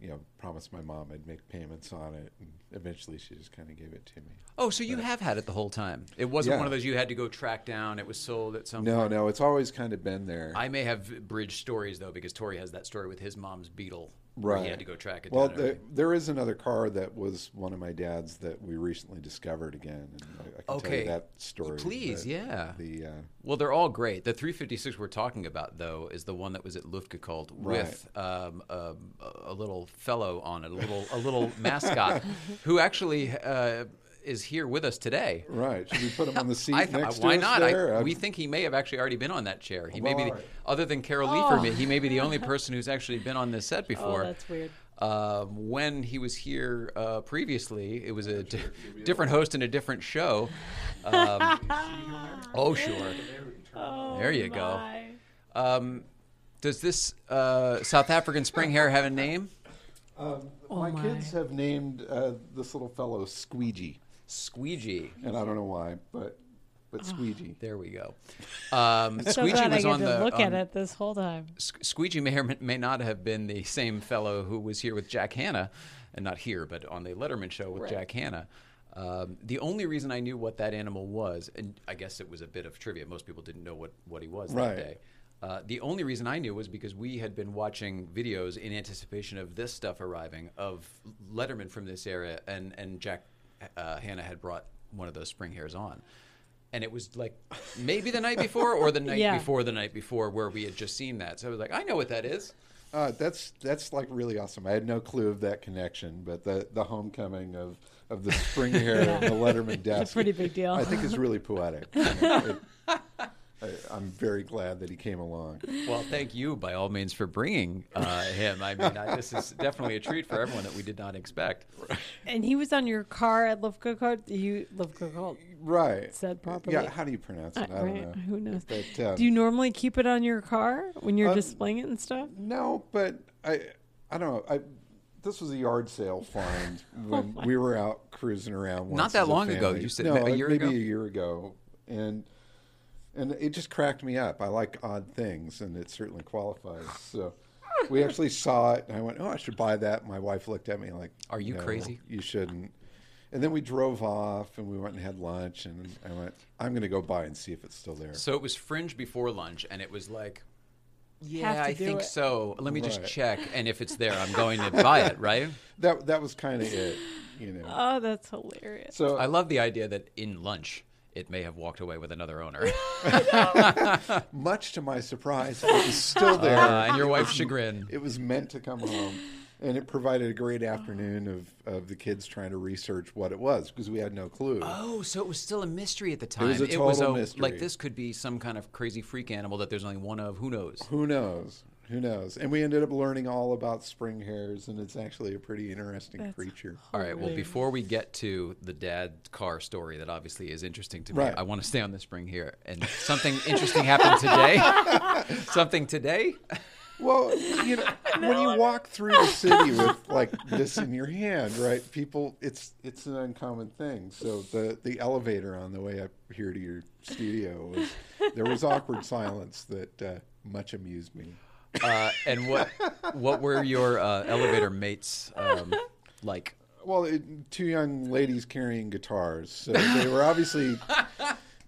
S5: you know, promised my mom I'd make payments on it, and eventually she just kind of gave it to me.
S2: Oh, so you have had it the whole time. It wasn't
S5: Yeah.
S2: one of those you had to go track down. It was sold at some.
S5: No, no, it's always kind of been there.
S2: I may have bridged stories though because Tori has that story with his mom's Beetle. where
S5: right.
S2: He had to go track it
S5: well,
S2: down.
S5: there-
S2: Well,
S5: there is another car that was one of my dad's that we recently discovered again, and I, I can tell
S2: Okay.
S5: you that story.
S2: Please,
S5: but
S2: yeah.
S5: The uh,
S2: well, they're all great. The 356 we're talking about though is the one that was at Luftgekult with um, um, a, a little fellow on it, a little a little mascot who actually uh, is here with us today.
S5: right? Should we put him on the seat
S2: I th-
S5: next
S2: why
S5: to
S2: not?
S5: us there?
S2: I,
S5: um, I'm-
S2: we think he may have actually already been on that chair. He may be, the,
S5: Alright.
S2: other than Carol Leifer, may- he may be the only person who's actually been on this set before.
S1: Oh, that's weird.
S2: Um, when he was here uh, previously, it was a di- different host and a different show. Um, oh, sure. There you go. Does this uh, South African spring hare have a name?
S5: my,
S1: Oh my.
S5: kids have named uh, this little fellow Squeegee,
S2: Squeegee.
S5: and I don't know why, but
S1: Ah.
S5: but Squeegee.
S2: There we go. Um,
S1: So
S2: Squeegee
S1: glad I
S2: was
S1: get
S2: on
S1: to
S2: the um,
S1: look
S2: on-
S1: at it this whole time.
S2: Sque- Squeegee may or may not have been the same fellow who was here with Jack Hanna, and not here, but on the Letterman show with Jack Hanna. Um, the only reason I knew what that animal was, and I guess it was a bit of trivia. Most people didn't know what, what he was
S5: Right.
S2: that day. Uh, the only reason I knew was because we had been watching videos in anticipation of this stuff arriving of Letterman from this area, and and Jack uh, Hanna had brought one of those spring hairs on, and it was like maybe the night before or the night
S1: Yeah.
S2: before before the night before where we had just seen that. So I was like, I know what that is.
S5: Uh, that's that's like really awesome. I had no clue of that connection, but the the homecoming of of the spring hair and the Letterman desk
S1: pretty big deal.
S5: I think it's really poetic. You know, it- I, I'm very glad that he came along.
S2: Well, thank you by all means for bringing uh, him. I mean, I, this is definitely a treat for everyone that we did not expect.
S1: And he was on your car at Lufka Cult. You Lufka Cult.
S5: Right.
S1: Said properly. Uh,
S5: Yeah. How do you pronounce it? I don't
S1: Right?
S5: know.
S1: Who knows?
S5: But, um,
S1: Do you normally keep it on your car when
S2: Uh,
S1: you're displaying it and stuff?
S5: No, but I I don't know. I this was a yard sale find when we were out cruising around. Once
S2: Oh Not that
S5: as a
S2: long ago,
S5: family.
S2: you said
S5: no,
S2: a year
S5: maybe
S2: ago?
S5: a year ago, and and it just cracked me up. I like odd things, and it certainly qualifies. So we actually saw it, and I went, "Oh, I should buy that." My wife looked at me like,
S2: Are you
S5: "No,
S2: crazy?"
S5: You shouldn't." And then we drove off and we went and had lunch. And I went, I'm going to go by and see if it's still there.
S2: So it was fringe before lunch, and it was like,
S1: Have
S2: yeah,
S1: to
S2: I
S1: do
S2: think
S1: it."
S2: so. Let me just
S5: Right.
S2: check, and if it's there, I'm going to buy it. Right?
S5: That that was kind of it, you know.
S6: Oh, that's hilarious.
S5: so
S2: I love the idea that in lunch it may have walked away with another owner,
S5: much to my surprise, it was still there.
S2: uh, and your wife's chagrin.
S5: it was meant to come home, and it provided a great afternoon of of the kids trying to research what it was because we had no clue.
S2: Oh, so it was still a mystery at the time.
S5: was a total mystery.
S2: Like this could be some kind of crazy freak animal that there's only one of. Who knows?
S1: Oh,
S5: Who knows? Who knows? And we ended up learning all about spring hares, and it's actually a pretty interesting creature.
S2: All right. Well, before we get to the dad car story that obviously is interesting to me,
S5: Right.
S2: I want to stay on the spring here. And something interesting happened today. something today.
S5: Well, you know, when you walk through the city with like this in your hand, right? People, it's it's an uncommon thing. So the the elevator on the way up here to your studio was there was awkward silence that uh, much amused me.
S2: Uh, and what what were your uh, elevator mates um, like?
S5: Well, it, two young ladies carrying guitars, so they were obviously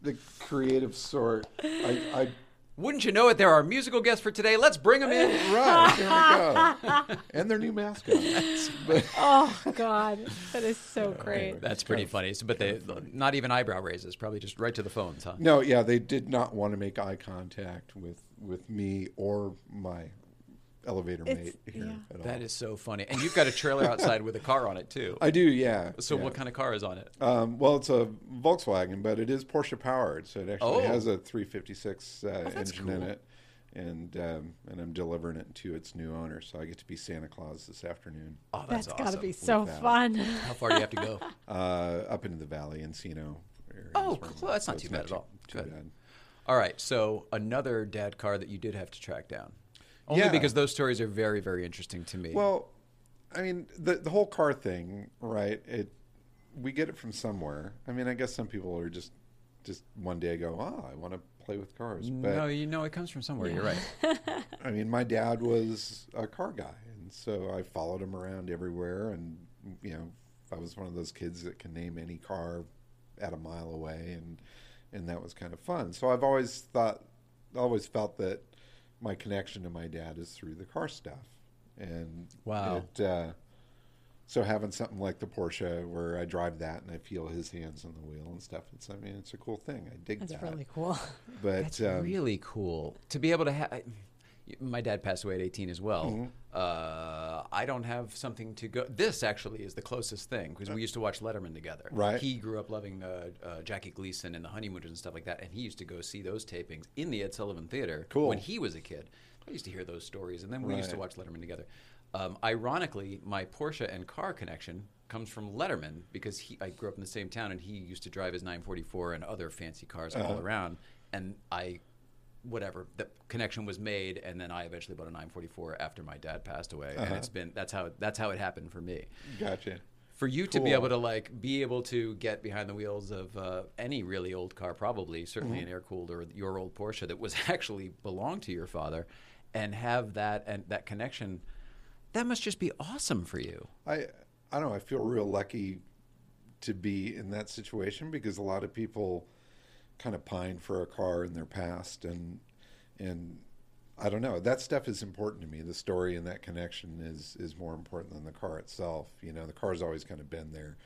S5: the creative sort. I,
S2: Wouldn't you know it? There are musical guests for today. Let's bring them in.
S5: I right there we go, and their new mascot. But-
S6: Oh God, that is so great.
S2: That's pretty funny. So, but they not even eyebrow raises. Probably just right to the phones, huh?
S5: No, yeah, they did not want to make eye contact with with me or my elevator mate here
S6: yeah.
S5: at all.
S2: That is so funny. And you've got a trailer outside with a car on it too.
S5: I do, yeah.
S2: So
S5: yeah.
S2: what kind of car is on it?
S5: Um, well, it's a Volkswagen, but it is Porsche powered, so it actually
S2: Oh.
S5: has a 356 uh, engine in it, and um, and I'm delivering it to its new owner, so I get to be Santa Claus this afternoon
S2: Oh,
S6: That's
S2: that's,
S6: got to
S2: awesome.
S6: be so fun.
S2: How far do you have to go?
S5: uh, up into the valley, Encino. area
S2: Oh,
S5: is where I'm
S2: cool.
S5: at,
S2: That's not
S5: it's
S2: too bad at all.
S5: Too
S2: Good.
S5: bad.
S2: All right. So another dad car that you did have to track down. Only
S5: Yeah.
S2: because those stories are very, very interesting to me.
S5: Well, I mean, the the whole car thing, right? It we get it from somewhere. I mean, I guess some people are just just one day go, "Oh, I want to play with cars." But
S2: no, you know it comes from somewhere. You're right.
S5: I mean, my dad was a car guy, and so I followed him around everywhere and you know, I was one of those kids that can name any car at a mile away and and that was kind of fun. So I've always thought always felt that my connection to my dad is through the car stuff. And
S2: Wow.
S5: it, uh, so having something like the Porsche where I drive that and I feel his hands on the wheel and stuff, it's I mean it's a cool thing. I dig
S1: That's
S5: that.
S1: really cool.
S5: But
S2: That's
S5: um,
S2: really cool to be able to have. My dad passed away at 18 as well.
S5: Mm-hmm.
S2: Uh, I don't have something to go. This actually is the closest thing because we used to watch Letterman together.
S5: Uh. Right.
S2: He grew up loving uh, uh, Jackie Gleason and the Honeymooners and stuff like that, and he used to go see those tapings in the Ed Sullivan Theater
S5: Cool.
S2: when he was a kid. I used to hear those stories, and then we used to
S5: Right.
S2: watch Letterman together. Um, ironically, my Porsche and car connection comes from Letterman because he, I grew up in the same town, and he used to drive his 944 and other fancy cars all around. And I, whatever, the connection was made, and then I eventually bought a 944 after my dad passed away, and it's been that's how that's how it happened for me.
S5: gotcha.
S2: For you to be
S5: Cool.
S2: able to like be able to get behind the wheels of uh, any really old car, probably certainly an air cooled or your old Porsche that was actually belonged to your father, and have that and that connection, that must just be awesome for you.
S5: I I don't know. I feel real lucky to be in that situation because a lot of people kind of pine for a car in their past and and I don't know. That stuff is important to me. The story and that connection is is more important than the car itself. You know, the car's always kind of been there.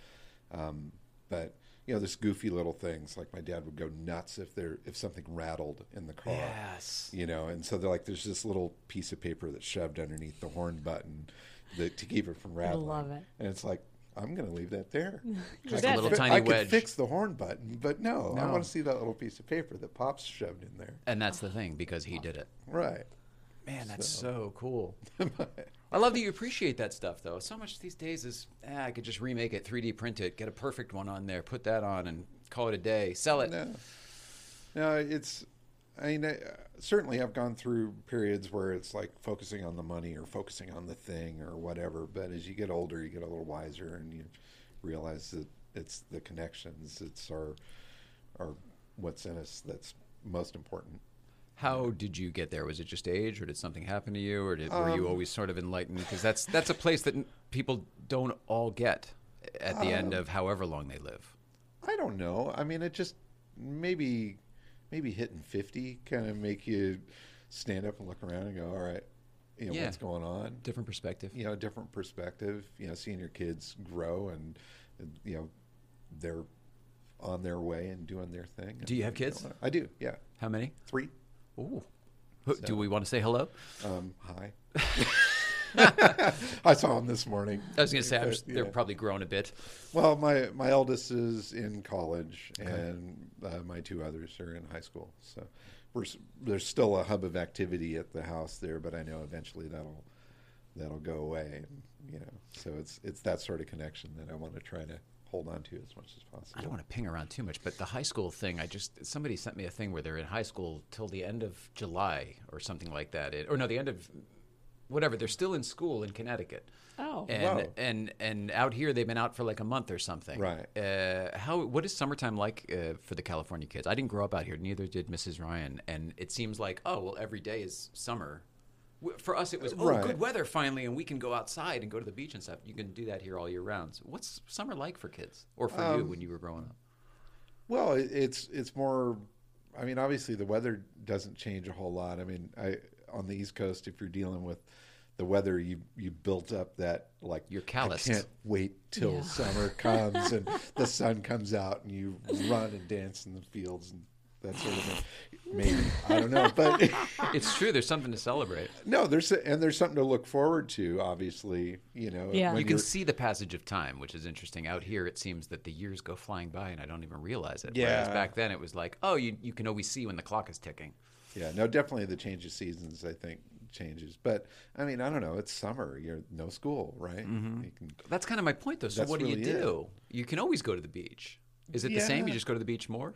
S5: Um, but you know, there's goofy little things like my dad would go nuts if there if something rattled in the car
S2: Yes.
S5: you know and so they're like there's this little piece of paper that's shoved underneath the horn button that, to keep it from rattling
S1: love it.
S5: and it's like i'm going to leave that there
S2: Just a little
S5: fi-
S2: tiny
S5: I could
S2: wedge.
S5: fix the horn button but no, i
S2: No.
S5: want to see that little piece of paper that pops shoved in there
S2: And that's the thing because he did it.
S5: right
S2: Man, that's so cool. I love that you appreciate that stuff, though. So much these days is eh, I could just remake it, 3D print it, get a perfect one on there, put that on, and call it a day, sell it.
S5: no no it's i mean I, certainly i've gone through periods where it's like focusing on the money or focusing on the thing or whatever but as you get older you get a little wiser and you realize that it's the connections it's our our what's in us that's most important
S2: How did you get there? Was it just age, or did something happen to you, or did, were you always sort of enlightened? Because that's that's a place that n- people don't all get. at the end of however long they live.
S5: I don't know. I mean, it just maybe maybe hitting fifty kind of make you stand up and look around and go, all right, you know
S2: Yeah.
S5: what's going on.
S2: Different perspective.
S5: You know, different perspective. You know, seeing your kids grow and and, you know they're on their way and doing their thing.
S2: Do you have kids?
S5: I do. Yeah,
S2: How many?
S5: three.
S2: Ooh. Who- Do we want to say hello?
S5: Um, hi. I saw him this morning.
S2: I was going to say, I'm
S5: But,
S2: just, they're
S5: yeah.
S2: probably grown a bit.
S5: Well, my my eldest is in college, and uh, my two others are in high school. So we're s- there's still a hub of activity at the house there, but I know eventually that'll that'll go away. And, you know, so it's it's that sort of connection that I want to try to hold on to as much as possible.
S2: I don't want to ping around too much, but the high school thing, I just, somebody sent me a thing where they're in high school till the end of July or something like that. It, or no, the end of whatever. They're still in school in Connecticut.
S6: Oh.
S2: And,
S5: Wow.
S2: and, and out here, they've been out for like a month or something.
S5: Right.
S2: Uh, how, what is summertime like uh, for the California kids? I didn't grow up out here, neither did Mrs. Ryan. And it seems like, oh, well, every day is summer. W- For us, it was, oh,
S5: Right.
S2: good weather finally, and we can go outside and go to the beach and stuff. You can do that here all year round. So what's summer like for kids or for
S5: Um,
S2: you when you were growing up?
S5: Well, it, it's it's more. I mean, obviously the weather doesn't change a whole lot. I mean, I on the East Coast, if you're dealing with the weather, you you built up that like
S2: You're
S5: I
S2: calloused.
S5: can't wait till summer comes and the sun comes out and you run and dance in the fields and that sort of thing. Maybe I don't know, but
S2: It's true. There's something to celebrate.
S5: no, there's and there's something to look forward to. Obviously, you know,
S1: Yeah.
S5: when
S2: You can
S5: you're-
S2: see the passage of time, which is interesting. Out here, it seems that the years go flying by, and I don't even realize it. Whereas
S5: Yeah.
S2: back then, it was like, oh, you, you can always see when the clock is ticking.
S5: Yeah, no, definitely the change of seasons. I think changes, but I mean, I don't know. It's summer. You're no school, right?
S2: Mm-hmm.
S5: You can,
S2: That's kind of my point, though. So
S5: That's
S2: what do you
S5: really it.
S2: do? You can always go to the beach. Is it the same? You
S5: Yeah.
S2: just go to the beach more.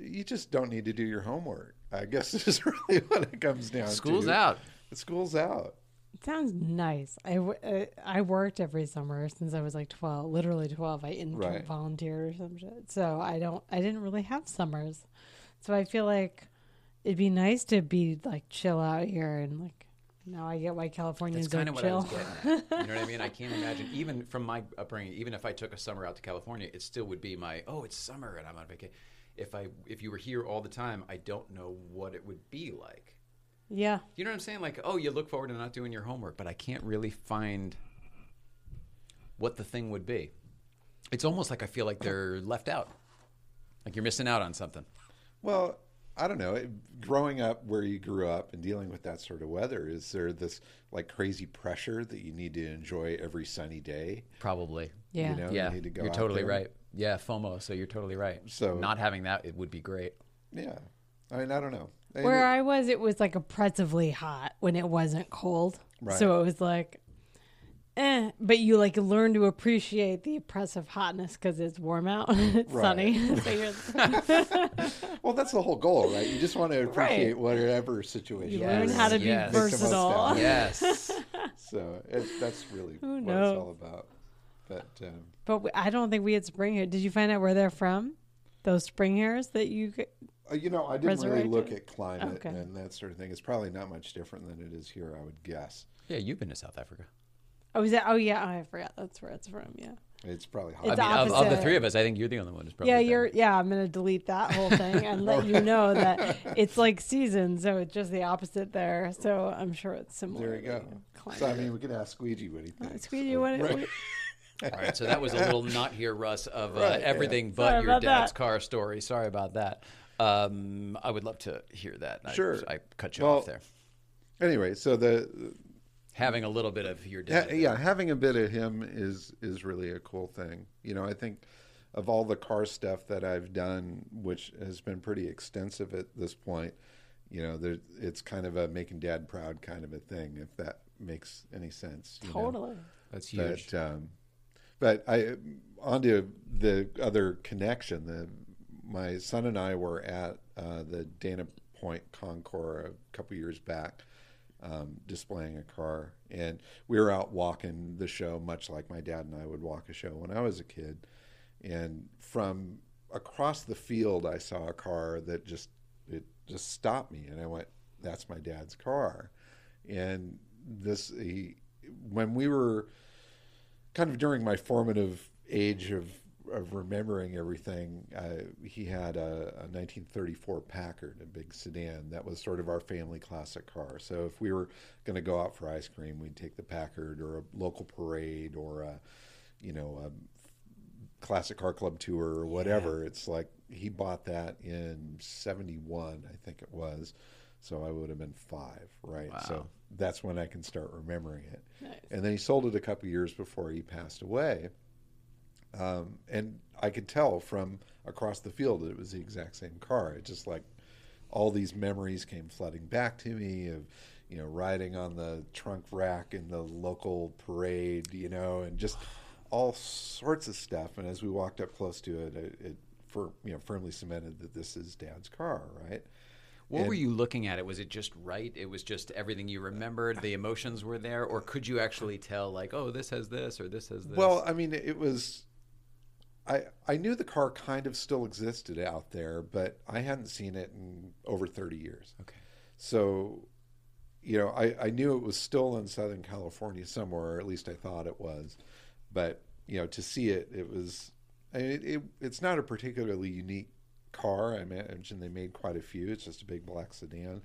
S5: you just don't need to do your homework. I guess is really what it comes down to.
S2: School's out.
S5: School's out.
S1: It sounds nice. I, w- uh, I worked every summer since I was like 12, literally 12. I interned,
S5: Right.
S1: volunteered or some shit. So I don't, I didn't really have summers. So I feel like it'd be nice to be like chill out here and like, now I get why Californians
S2: That's kind
S1: don't
S2: of what I
S1: chill.
S2: was getting at. You know what I mean? I can't imagine, even from my upbringing, even if I took a summer out to California, it still would be my, oh, it's summer and I'm on vacation. If I if you were here all the time, I don't know what it would be like.
S1: yeah.
S2: You know what I'm saying? Like, oh, you look forward to not doing your homework, but I can't really find what the thing would be. It's almost like I feel like they're left out. Like you're missing out on something.
S5: Well, I don't know. It- Growing up where you grew up and dealing with that sort of weather, is there this like crazy pressure that you need to enjoy every sunny day?
S2: Probably.
S1: Yeah.
S5: Oh, You know,
S2: Yeah.
S5: you need to go
S2: you're
S5: out
S2: totally
S5: there.
S2: right. Yeah, FOMO. So you're totally right.
S5: So-
S2: not having that, it would be great.
S5: Yeah, I mean, I don't know. And
S1: Where
S5: it-
S1: I was, it was like oppressively hot when it wasn't cold.
S5: Right.
S1: So it was like, eh. But you like learn to appreciate the oppressive hotness because it's warm out and it's
S5: Right.
S1: sunny. so you're,
S5: Well, that's the whole goal, right? You just want to appreciate whatever situation.
S1: you
S5: you're
S1: learn
S5: in.
S1: how to
S2: Yes.
S1: be
S5: Make the most
S1: versatile.
S5: out of it.
S2: Yes.
S5: So it, that's really what
S1: knows?
S5: it's all about. But um,
S1: But we, I don't think we had spring hair. Did you find out where they're from? Those spring hairs that you. g-
S5: uh, you know, I didn't really
S1: Resurrected? Oh,
S5: look at climate
S1: Okay.
S5: and that sort of thing. It's probably not much different than it is here, I would guess.
S2: yeah, you've been to South Africa.
S1: Oh, is that? Oh, yeah. Oh, I forgot. That's where it's from. Yeah.
S5: It's probably
S1: It's
S5: hot.
S1: The
S2: I mean, of, of the
S1: opposite.
S2: three of us, I think you're the only one who's probably
S1: yeah,
S2: been.
S1: you're. Yeah, I'm gonna delete that whole thing and let you know that it's like season, so it's just the opposite there. So I'm sure it's similar.
S5: there you go.
S1: Climate. Uh,
S5: So I mean, we could ask Squeegee what he thinks.
S1: Squeegee, what? what
S2: All right, so that was a little not here, Russ, of uh,
S5: Right, yeah.
S2: everything but
S1: Sorry
S2: your
S1: about
S2: dad's
S1: that.
S2: car story. Sorry about that. Um, I would love to hear that. I-
S5: Sure.
S2: I, cut you
S5: Well,
S2: off there.
S5: Anyway, so the
S2: Having a little bit of your
S5: yeah,
S2: dad.
S5: yeah, having a bit of him is is really a cool thing. You know, I think of all the car stuff that I've done, which has been pretty extensive at this point. You know, there, it's kind of a making dad proud kind of a thing, if that makes any sense. you know?
S1: Totally.
S2: That's huge.
S5: But um, but I onto the other connection. The my son and I were at uh, the Dana Point Concours a couple years back, um, displaying a car, and we were out walking the show, much like my dad and I would walk a show when I was a kid. And from across the field, I saw a car that just it just stopped me, and I went, "That's my dad's car." And this, he, when we were kind of during my formative age of of remembering everything, uh, he had a, a 1934 Packard, a big sedan. That was sort of our family classic car. So if we were going to go out for ice cream, we'd take the Packard or a local parade or a, you know, a classic car club tour or whatever. It's like he bought that in 71, I think it was. So I would have been five, right? So that's when I can start remembering it. And then he sold it a couple years before he passed away and I could tell from across the field that it was the exact same car. It just like all these memories came flooding back to me of you know riding on the trunk rack in the local parade, you know, and just all sorts of stuff. And as we walked up close to it, it, it fir- you know firmly cemented that this is Dad's car, right?
S2: What were you looking at? It was it just right? It was just everything you remembered. The emotions were there, or could you actually tell like, oh, this has this or this has this?
S5: Well, I mean, it was. I I knew the car kind of still existed out there, but I hadn't seen it in over thirty years. Okay. So, you know, I I knew it was still in Southern California somewhere, or at least I thought it was, but you know, to see it, it was. I mean, it, it it's not a particularly unique car. I imagine they made quite a few. It's just a big black sedan,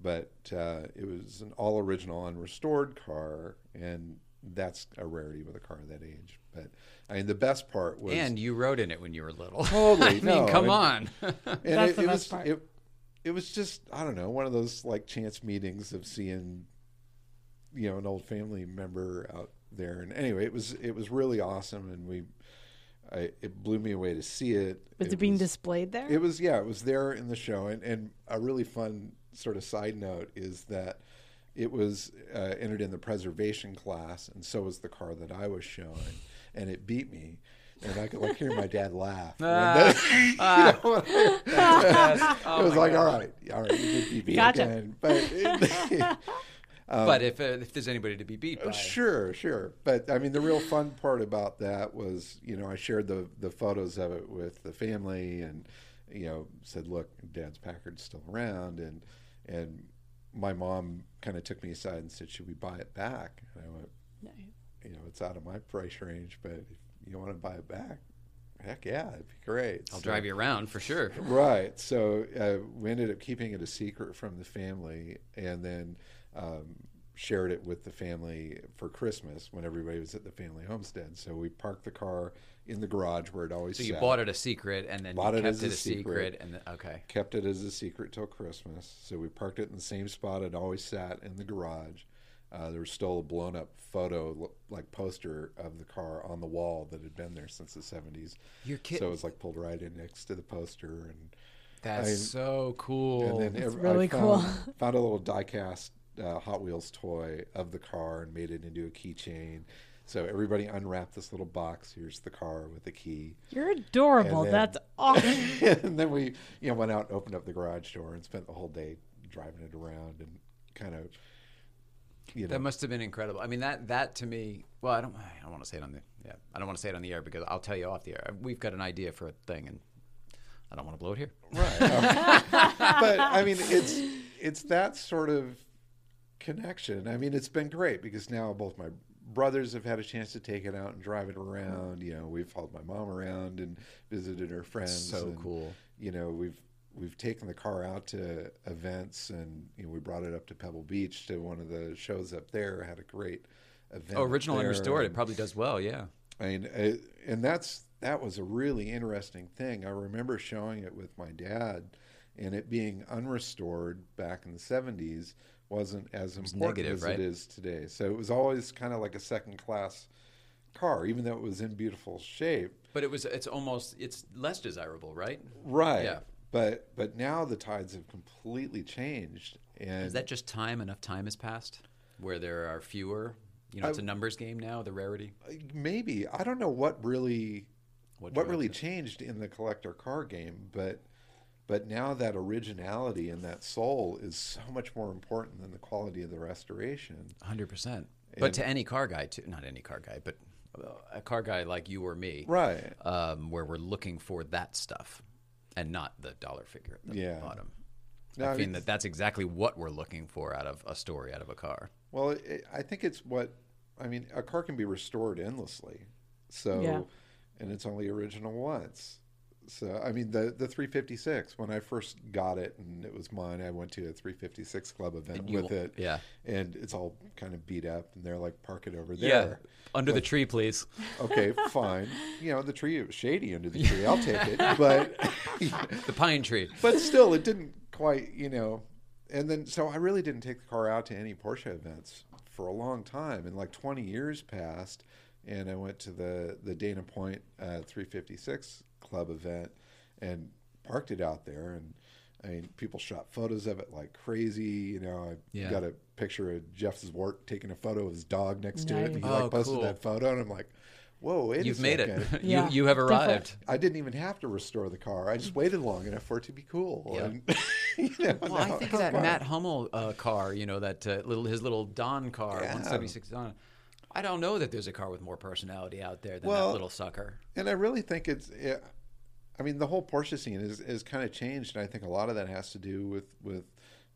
S5: but uh, it was an all original, unrestored car, and that's a rarity with a car that age. But I mean, the best part was
S2: and you rode in it when you were little.
S5: Totally,
S2: I mean,
S5: no,
S2: come
S5: and-
S2: on.
S5: and
S1: That's
S5: it,
S1: the best
S5: it was,
S1: part.
S5: It, it was just I don't know one of those like chance meetings of seeing, you know, an old family member out there. And anyway, it was it was really awesome, and we, I, it blew me away to see it.
S1: Was it, being
S5: was-
S1: displayed there?
S5: it was yeah, it was there in the show, and and a really fun sort of side note is that it was uh, entered in the preservation class, and so was the car that I was showing, and it beat me, and I could like hear my dad laugh. when the- you know, when I- it was like all right, all right, you did beat me
S1: Gotcha.
S5: again, but. it-
S2: but if uh, if there's anybody to be beat by,
S5: um, uh, Sure, sure. But I mean, the real fun part about that was, you know, I shared the the photos of it with the family, and you know, said, "Look, Dad's Packard's still around," and and my mom kind of took me aside and said, "Should we buy it back?" And I went, "You know, it's out of my price range, but if you want to buy it back, heck yeah, it'd be great."
S2: I'll drive you around for sure.
S5: Right. So uh, we ended up keeping it a secret from the family and then um, shared it with the family for Christmas when everybody was at the family homestead. So we parked the car in the garage where it always
S2: So you
S5: sat,
S2: bought it a secret, and then you
S5: Bought
S2: kept
S5: it
S2: it
S5: as
S2: a,
S5: a secret.
S2: secret, and then, okay,
S5: kept it as a secret till Christmas. So we parked it in the same spot it always sat in the garage. Uh, there was still a blown up photo, lo- like poster of the car on the wall that had been there since the 70s.
S2: You're
S5: So
S2: kidding.
S5: it was like pulled right in next to the poster and.
S2: that's
S5: I-
S2: so cool.
S5: And then ev-
S1: really
S5: I found,
S1: cool.
S5: found a little die-cast uh, Hot Wheels toy of the car and made it into a keychain. So everybody unwrapped this little box. Here's the car with the key.
S1: You're adorable.
S5: And then-
S1: That's awesome.
S5: and then we, you know, went out and opened up the garage door and spent the whole day driving it around and kind of, you know,
S2: That must have been incredible. I mean, that that to me. Well, I don't. I don't want to say it on the. Yeah, I don't want to say it on the air because I'll tell you off the air. We've got an idea for a thing, and I don't want to blow it here.
S5: but I mean, it's it's that sort of connection. I mean, it's been great because now both my brothers have had a chance to take it out and drive it around. You know, we've hauled my mom around and visited her friends.
S2: So
S5: and,
S2: cool.
S5: You know, we've we've taken the car out to events and you know we brought it up to Pebble Beach to one of the shows up there. Had a great event.
S2: Oh,
S5: up
S2: original and
S5: there,
S2: restored. It
S5: and-
S2: probably does well. Yeah.
S5: I mean, I, and that's that was a really interesting thing. I remember showing it with my dad, and it being unrestored back in the seventies wasn't as important
S2: negative,
S5: as
S2: right?
S5: it is today. So it was always kind of like a second class car, even though it was in beautiful shape.
S2: But it was. It's almost. It's less desirable, right?
S5: Right.
S2: Yeah.
S5: But but now the tides have completely changed, and
S2: Is that just time? Enough time has passed where there are fewer. You know, it's a numbers game now. The rarity.
S5: maybe I don't know what really what,
S2: What
S5: really changed in the collector car game, but but now that originality and that soul is so much more important than the quality of the restoration.
S2: Hundred percent. But to any car guy, too. Not any car guy, but uh, a car guy like you or me.
S5: Right.
S2: um, where we're looking for that stuff and not the dollar figure at the
S5: Yeah.
S2: bottom.
S5: No,
S2: I
S5: I
S2: mean
S5: mean-
S2: that that's exactly what we're looking for out of a story, out of a car.
S5: Well, it, I think it's what I mean. A car can be restored endlessly, so
S1: Yeah.
S5: and it's only original once. So I mean the the 356 when I first got it and it was mine I went to a 356 club event
S2: you-
S5: with it
S2: yeah.
S5: and it's all kind of beat up and they're like park it over
S2: Yeah.
S5: there
S2: Under the tree, please.
S5: okay fine you know the tree it was shady under the tree I'll take it but
S2: The pine tree.
S5: but still it didn't quite you know and then so i really didn't take the car out to any porsche events for a long time and like 20 years passed and i went to the the dana point uh, 356 club event and parked it out there and i mean people shot photos of it like crazy you know i
S2: Yeah.
S5: got a picture of jeff zwart taking a photo of his dog next to it and he
S2: Nice.
S5: like
S2: Oh,
S5: posted
S2: cool.
S5: that photo and i'm like whoa wait
S2: You've
S5: a
S2: made
S5: second.
S2: it.
S1: Yeah.
S2: You you have arrived.
S5: I didn't even have to restore the car. I just waited long enough for it to be cool.
S2: Mm. Yeah.
S5: And, you know,
S2: Well, I
S5: now
S2: think
S5: it's
S2: of that
S5: fun.
S2: Matt Hummel uh, car, you know, that uh, little his little Don car,
S5: Yeah.
S2: 176 Don. I don't know that there's a car with more personality out there than
S5: Well-
S2: that little sucker.
S5: And I really think it's. It, I mean, the whole Porsche scene is is kind of changed, and I think a lot of that has to do with with.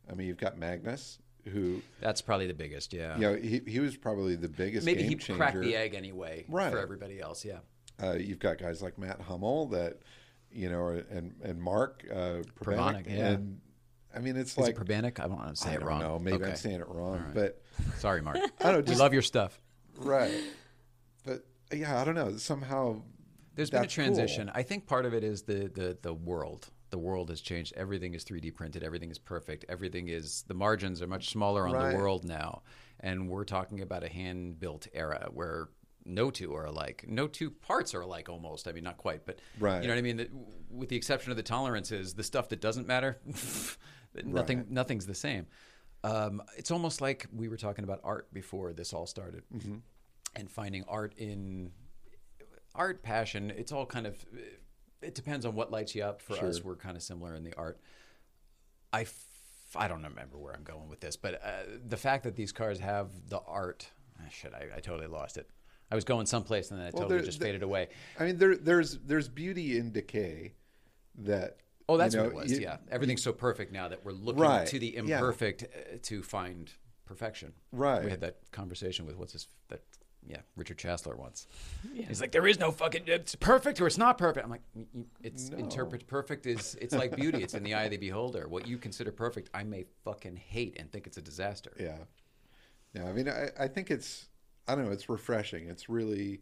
S5: I mean, you've got Magnus, who
S2: That's probably the biggest, yeah.
S5: you know he he was probably the biggest
S2: Maybe
S5: game
S2: he
S5: changer.
S2: cracked the egg anyway
S5: Right.
S2: for everybody else, yeah.
S5: Uh, you've got guys like Matt Hummel that, you know, and and Mark uh, Provanik,
S2: Provanik, yeah.
S5: and I mean, it's
S2: Is
S5: like
S2: it Probanic? I don't want to say
S5: I
S2: it
S5: don't
S2: wrong.
S5: know, maybe
S2: Okay.
S5: I'm saying it wrong, but
S2: Sorry, Mark.
S5: I don't know,
S2: we
S5: just
S2: love your stuff.
S5: Right. But yeah, I don't know. Somehow
S2: There's
S5: there's
S2: been a transition. I think part of it is the, the the world. The world has changed. Everything is 3D printed. Everything is perfect. Everything is the margins are much smaller on
S5: Right.
S2: the world now, and we're talking about a hand built era where no two are alike. No two parts are alike almost. I mean, not quite, but
S5: Right.
S2: you know what I mean. The, with the exception of the tolerances, the stuff that doesn't matter, nothing nothing's the same. Um, it's almost like we were talking about art before this all started,
S5: Mm-hmm.
S2: and finding art in art passion it's all kind of it depends on what lights you up for us we're kind of similar in the art I f- I don't remember where I'm going with this but uh, the fact that these cars have the art ah, shit I, I totally lost it I was going someplace and then it totally
S5: there-
S2: just
S5: there-
S2: faded away
S5: I mean there there's there's beauty in decay that
S2: oh that's
S5: you know,
S2: what it was
S5: you-
S2: yeah everything's so perfect now that we're looking
S5: Right,
S2: to the
S5: yeah.
S2: imperfect uh, to find perfection
S5: Right.
S2: we had that conversation with what's his that yeah, Richard Chasler once. He's like, there is no fucking. It's perfect or it's not perfect. I'm like, "Y- y- it's interpret perfect is it's like beauty. It's in the eye of the beholder. What you consider perfect, I may fucking hate and think it's a disaster.
S5: Yeah. Yeah, I mean I, I think it's I don't know, it's refreshing. It's really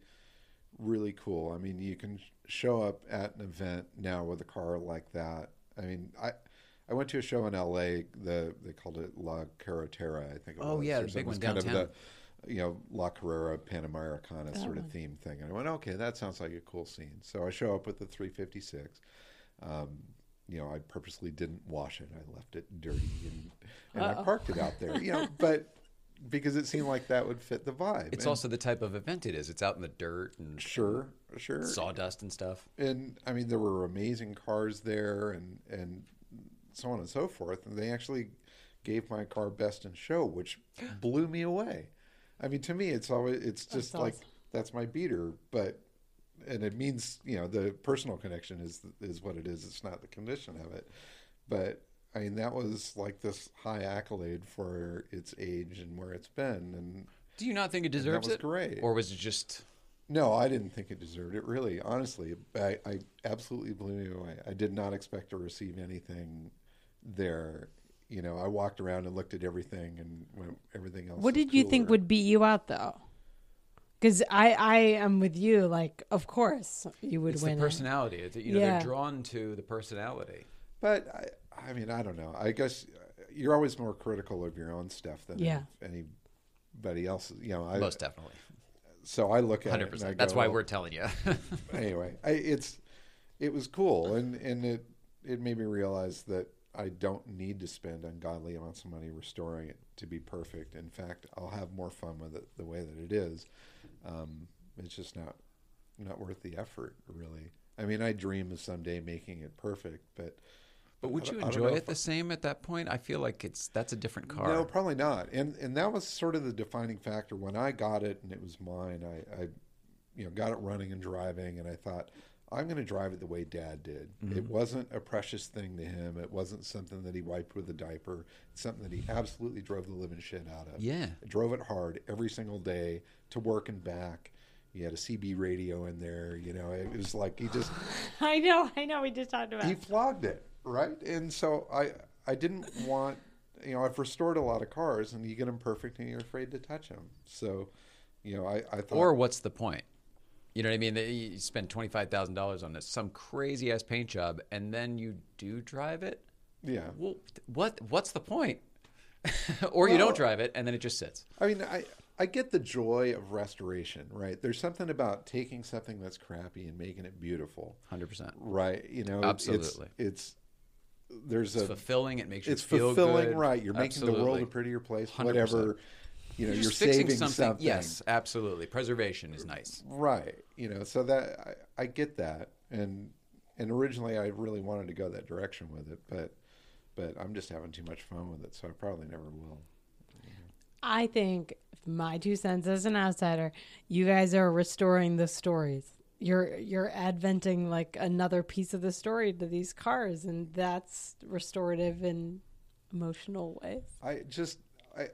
S5: really cool. I mean, you can show up at an event now with a car like that. I mean, I I went to a show in LA, the they called it La Carretera, I think it
S2: Oh,
S5: was.
S2: yeah, the
S5: or
S2: big
S5: something. It was
S2: one
S5: kind of
S2: downtown.
S5: the you know, La Carrera Panamericana sort of theme thing. And I went, okay, that sounds like a cool scene. So I show up with the 356. Um, you know, I purposely didn't wash it. I left it dirty and, and I parked it out there. You know, but because it seemed like that would fit the vibe.
S2: It's
S5: And
S2: also the type of event it is. It's out in the dirt and
S5: sure, sure
S2: sawdust and stuff.
S5: and I mean there were amazing cars there and and so on and so forth and they actually gave my car best in show which blew me away I mean to me it's always it's just like that's my beater but and it means you know the personal connection is is what it is it's not the condition of it but I mean that was like this high accolade for its age and where it's been and
S2: Do you not think it deserves
S5: was
S2: it?
S5: great.
S2: Or was it just
S5: no, I didn't think it deserved it. Really, honestly, I, I absolutely blew me away. I did not expect to receive anything there. You know, I walked around and looked at everything and went, everything else.
S1: What
S5: is
S1: did you think
S5: cooler.
S1: would beat you out though? Because I, I am with you. Like, of course you would
S2: it's the
S1: win. it.
S2: personality? It's- You know,
S1: Yeah.
S2: they're drawn to the personality.
S5: But I, I mean, I don't know. I guess uh, you're always more critical of your own stuff than
S1: Yeah.
S5: anybody else. You know, I,
S2: Most definitely,
S5: so I look at
S2: hundred
S5: it. and I
S2: percent. That's
S5: go, "Oh,
S2: why
S5: "Well,
S2: we're telling you.
S5: anyway, I, it's it was cool, and and it it made me realize that I don't need to spend ungodly amounts of money restoring it to be perfect. In fact, I'll have more fun with it the way that it is. Um, it's just not not worth the effort, really. I mean, I dream of someday making it perfect, but
S2: but would you
S5: I don't
S2: enjoy
S5: know
S2: it
S5: if
S2: the same at that point? I feel like it's that's a different car.
S5: No, probably not. And and that was sort of the defining factor when I got it and it was mine. I, I you know, got it running and driving, and I thought I'm going to drive it the way Dad did.
S2: Mm-hmm.
S5: It wasn't a precious thing to him. It wasn't something that he wiped with a diaper. It's something that he absolutely drove the living shit out of.
S2: Yeah.
S5: I drove it hard every single day to work and back. He had a CB radio in there. You know, it was like he just
S1: I know, I know. We just talked about.
S5: he
S1: it.
S5: flogged it right and so i i didn't want you know i've restored a lot of cars and you get them perfect and you're afraid to touch them so you know i i thought
S2: Or what's the point? You know what I mean? They- You spend twenty five thousand dollars on this some crazy ass paint job, and then you do drive it.
S5: yeah
S2: Well, what what's the point? or you don't drive it, and then it just sits.
S5: i mean i i get the joy of restoration right there's something about taking something that's crappy and making it beautiful
S2: Hundred percent.
S5: right you know it's-
S2: Absolutely.
S5: it's, there's
S2: It's
S5: a
S2: fulfilling. It makes you
S5: it's
S2: feel
S5: fulfilling
S2: good.
S5: right you're making the world
S2: Absolutely.
S5: a prettier place
S2: 100%.
S5: whatever you know
S2: You're
S5: you're,
S2: just fixing
S5: saving
S2: something.
S5: something
S2: Yes, absolutely. Preservation is nice.
S5: Right. You know, so that I, I get that. And and originally I really wanted to go that direction with it, but but I'm just having too much fun with it, so I probably never will.
S1: I think my two cents as an outsider, you guys are restoring the stories. You're you're adventing like another piece of the story to these cars, and that's restorative in emotional ways.
S5: I just I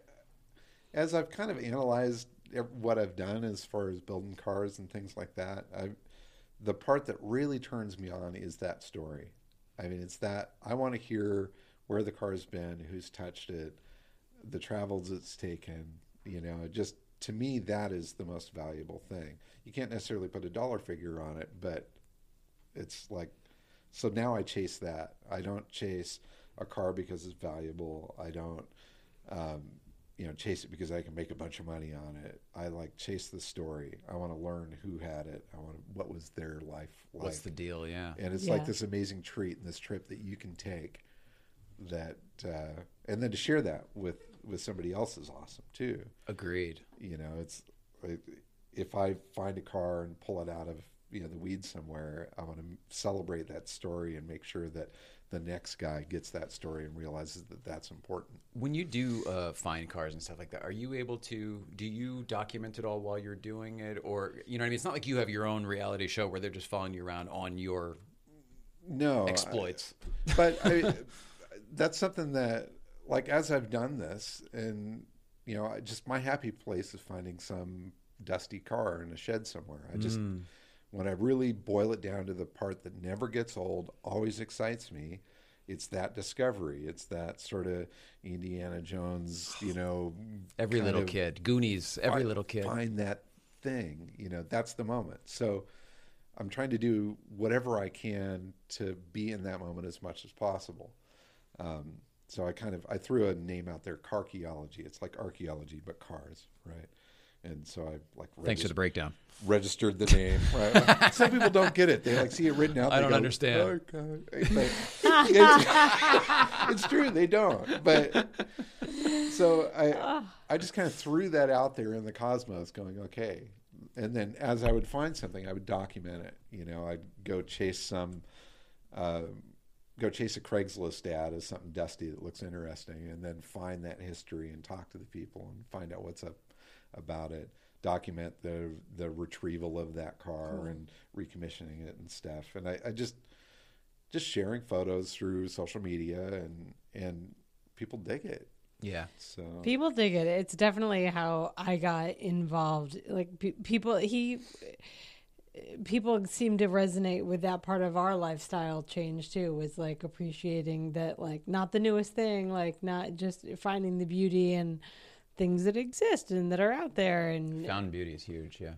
S5: as I've kind of analyzed ev- what I've done as far as building cars and things like that, I the part that really turns me on is that story. I mean, it's that I want to hear where the car's been, who's touched it, the travels it's taken. You know, it just to me that is the most valuable thing. You can't necessarily put a dollar figure on it, but it's like so now I chase that. I don't chase a car because it's valuable. I don't um, you know chase it because I can make a bunch of money on it. I like chase the story. I want to learn who had it. I want to, what was their life like.
S2: What's the deal? Yeah.
S5: and it's
S1: Yeah.
S5: like this amazing treat and this trip that you can take that uh, and then to share that with with somebody else is awesome too
S2: Agreed.
S5: you know it's it, if i find a car and pull it out of you know the weeds somewhere i want to celebrate that story and make sure that the next guy gets that story and realizes that that's important
S2: When you do uh, find cars and stuff like that, are you able to? Do you document it all while you're doing it, or you know what I mean? It's not like you have your own reality show where they're just following you around on your
S5: no I-
S2: exploits.
S5: but I, that's something that like as i've done this and you know I just my happy place is finding some dusty car in a shed somewhere i just when i really boil it down to the part that never gets old always excites me it's that discovery it's that sort of indiana jones you know
S2: every
S5: kind
S2: little
S5: of-
S2: kid, Goonies, every
S5: fi-
S2: little kid.
S5: find that thing you know that's the moment so i'm trying to do whatever i can to be in that moment as much as possible um, so i kind of i threw a name out there carchaeology it's like archaeology but cars right and so i like
S2: Thanks for the
S5: regis-
S2: breakdown.
S5: registered the name right some people don't get it they like see it written out
S2: I
S5: they
S2: don't
S5: go,
S2: understand.
S5: "Archi-" But it's, it's true they don't but so I I just kind of threw that out there in the cosmos, going okay. And then as I would find something, I would document it. You know, I'd go chase some, um go chase a Craigslist ad of something dusty that looks interesting, and then find that history and talk to the people and find out what's up about it. Document the the retrieval of that car and recommissioning it and stuff. And I, I just just sharing photos through social media and and people dig it.
S2: Yeah.
S5: So
S1: People dig it. It's definitely how I got involved. Like pe- people, he, people seem to resonate with that part of our lifestyle change too. Was like appreciating that, like not the newest thing, like not just finding the beauty and things that exist and that are out there. And
S2: Found beauty is huge. Yeah.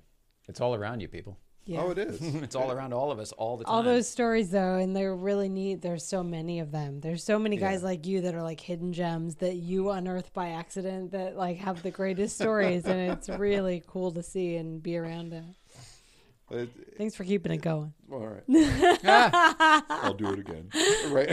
S2: It's all around you, people.
S1: yeah.
S5: Oh, it is.
S2: It's all around all of us all the time.
S1: all those stories though and they're really neat there's so many of them there's so many guys like you that are like hidden gems that you unearth by accident that like have the greatest stories and it's really cool to see and be around it
S5: It-
S1: thanks for keeping it going
S5: all right. I'll do it again. Right.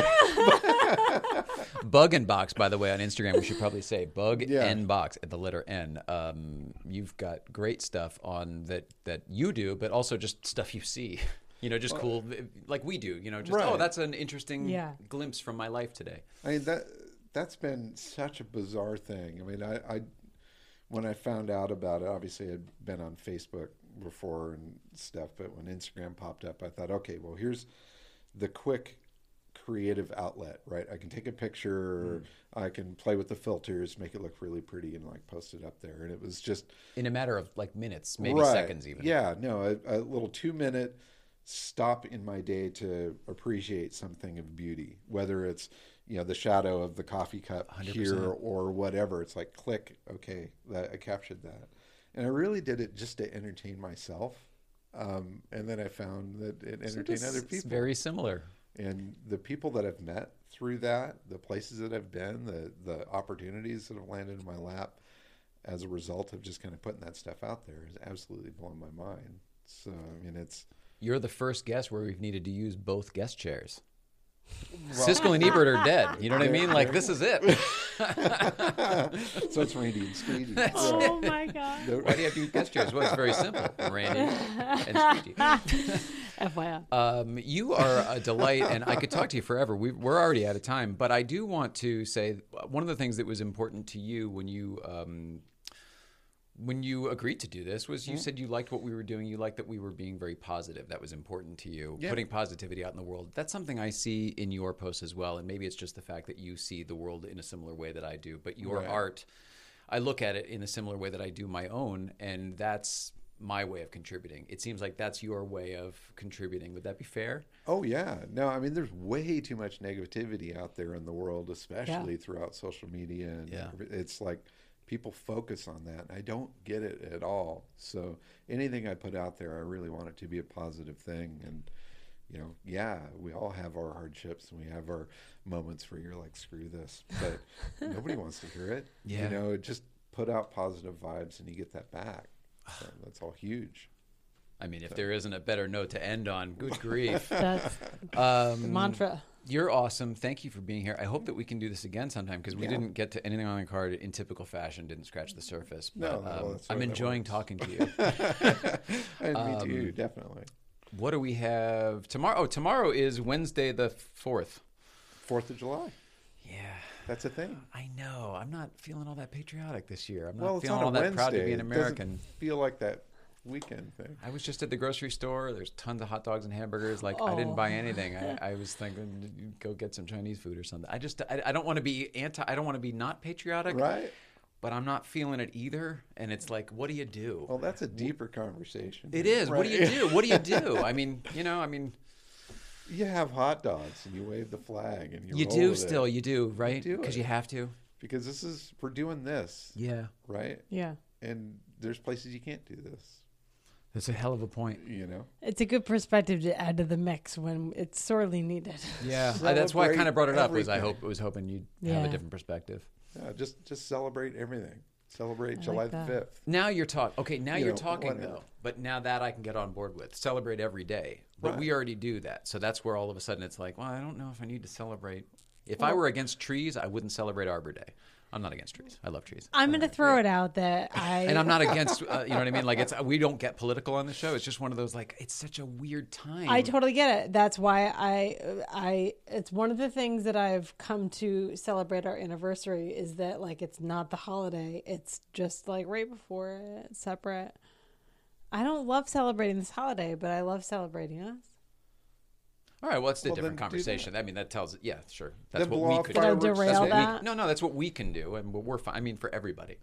S2: Bug and Box, by the way, on Instagram, we should probably say Bug
S5: Yeah.
S2: and Box at the letter N. Um, you've got great stuff on that that you do, but also just stuff you see. You know, just cool like we do. You know, just oh,
S5: Right.
S2: that's an interesting
S1: Yeah.
S2: glimpse from my life today.
S5: I mean that that's been such a bizarre thing. I mean, I, I when I found out about it, obviously I'd been on Facebook before and stuff, but when Instagram popped up, I thought, okay, well here's the quick creative outlet, right? I can take a picture, I can play with the filters, make it look really pretty, and like post it up there. And it was just
S2: in a matter of like minutes, maybe
S5: Right.
S2: seconds even.
S5: Yeah, no, a, a little two minute stop in my day to appreciate something of beauty, whether it's you know the shadow of the coffee cup here or whatever. It's like click, okay, that I captured that, and I really did it just to entertain myself. Um, and then I found that it entertained other
S2: It's
S5: people.
S2: very similar.
S5: And the people that I've met through that, the places that I've been, the the opportunities that have landed in my lap as a result of just kind of putting that stuff out there has absolutely blown my mind. So I mean it's
S2: You're the first guest where we've needed to use both guest chairs. Siskel and Ebert are dead. You know what I mean? Like this is it.
S5: so it's Randy and Squeegee. So,
S6: Oh my god.
S5: the-
S2: Why do you have to use guest chairs? Well, it's very simple. Randy and Squeegee.
S1: FYI.
S2: Um, you are a delight, and I could talk to you forever. we we're already out of time, but I do want to say uh, one of the things that was important to you when you um, when you agreed to do this was you said you liked what we were doing. You liked that we were being very positive. That was important to you. Putting positivity out in the world. That's something I see in your posts as well. And maybe it's just the fact that you see the world in a similar way that I do. But your art, I look at it in a similar way that I do my own, and that's my way of contributing. It seems like that's your way of contributing. Would that be fair?
S5: oh yeah. No, I mean there's way too much negativity out there in the world, especially throughout social media and
S2: Yeah.
S5: it's like people focus on that. I don't get it at all. So anything I put out there, I really want it to be a positive thing. And you know, yeah, we all have our hardships and we have our moments where you're like, screw this, but nobody wants to hear it.
S2: Yeah.
S5: You know, just put out positive vibes and you get that back. So that's all huge.
S2: I mean, if there isn't a better note to end on, good grief.
S1: That's
S2: um,
S1: the mantra.
S2: You're awesome. Thank you for being here. I hope that we can do this again sometime because we didn't get to anything on the card in typical fashion, didn't scratch the surface.
S5: No, no,
S2: um,
S5: that's the
S2: I'm
S5: way that
S2: enjoying
S5: works.
S2: talking to you.
S5: And
S2: Um,
S5: me too, definitely.
S2: what do we have tomorrow? Oh, tomorrow is Wednesday the 4th.
S5: Fourth of July.
S2: Yeah.
S5: That's a thing.
S2: I know. I'm not feeling all that patriotic this year. I'm not
S5: Well, it's
S2: feeling
S5: on a
S2: all that
S5: Wednesday.
S2: proud to be an
S5: It doesn't
S2: American.
S5: feel like that weekend thing.
S2: I was just at the grocery store. There's tons of hot dogs and hamburgers. Like I didn't
S5: Oh.
S2: buy anything. I, I was thinking, go get some Chinese food or something. I just I, I don't want to be anti. I don't want to be not patriotic.
S5: Right?
S2: But I'm not feeling it either. And it's like, what do you do?
S5: Well, that's a deeper conversation.
S2: it is. What do you
S5: Oh, Right.
S2: do? What do you do? I mean, you know, I mean,
S5: You have hot dogs and you wave the flag and you
S2: you
S5: roll
S2: do
S5: with it.
S2: still. You do right
S5: do
S2: because
S5: it.
S2: you have to.
S5: because this is we're doing this
S2: Yeah,
S5: right
S1: Yeah.
S5: and there's places you can't do this
S2: that's a hell of a point.
S5: you know
S1: It's a good perspective to add to the mix when it's sorely needed.
S2: Yeah, I- that's why I kind
S5: Celebrate
S2: of brought it up. Was I
S5: everything.
S2: hope was hoping you'd have
S1: Yeah.
S2: a different perspective.
S5: yeah, just just celebrate everything celebrate july the
S1: that.
S5: 5th
S2: Now you're talking. Okay, now
S5: You
S2: you are
S5: know,
S2: talking
S5: whatever.
S2: though. But now that I can get on board with celebrate every day. But we already do that, so that's where all of a sudden it's like, well, I don't know if I need to celebrate. If I were against trees, I wouldn't celebrate Arbor Day. I'm not against trees. I love trees,
S1: I'm going to throw it out that I.
S2: and I'm not against. Uh, you know what I mean? Like it's we don't get political on the show. It's just one of those like it's such a weird time.
S5: Mm.
S1: I totally get it. That's why I, I, it's one of the things that I've come to celebrate our anniversary is that like it's not the holiday. It's just like right before it, separate. I don't love celebrating this holiday, but I love celebrating us.
S2: all right, well, it's a
S5: Well,
S2: different
S5: then do that.
S2: conversation. I mean, that tells. Yeah, sure. That's
S5: Then
S2: what
S5: blow
S2: we
S5: off
S2: could.
S1: Did I
S2: do.
S5: fireworks
S1: derail
S5: today.
S1: that?
S2: No, no, that's what we can do, and what we're fine. I mean, for everybody,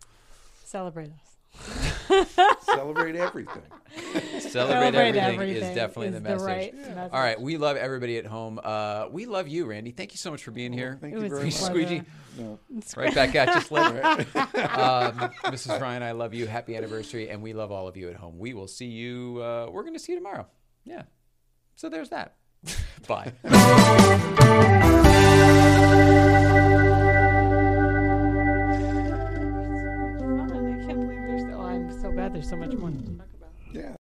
S1: Celebrate us.
S5: celebrate everything
S2: celebrate,
S1: Celebrate
S2: everything,
S1: everything
S2: is definitely
S1: is
S2: the
S1: the
S2: message.
S1: right Yeah. message.
S2: All right, we love everybody at home. Uh, we love you, Randy. Thank you so much for being here.
S5: thank
S1: It
S5: you
S1: was
S5: very
S1: a
S5: much
S1: pleasure.
S2: Squeegee,
S5: no.
S2: right back at you, Slick. um, Mrs. Ryan, I love you. Happy anniversary, and we love all of you at home. We will see you. Uh, we're going to see you tomorrow. Yeah. So there's that. Bye.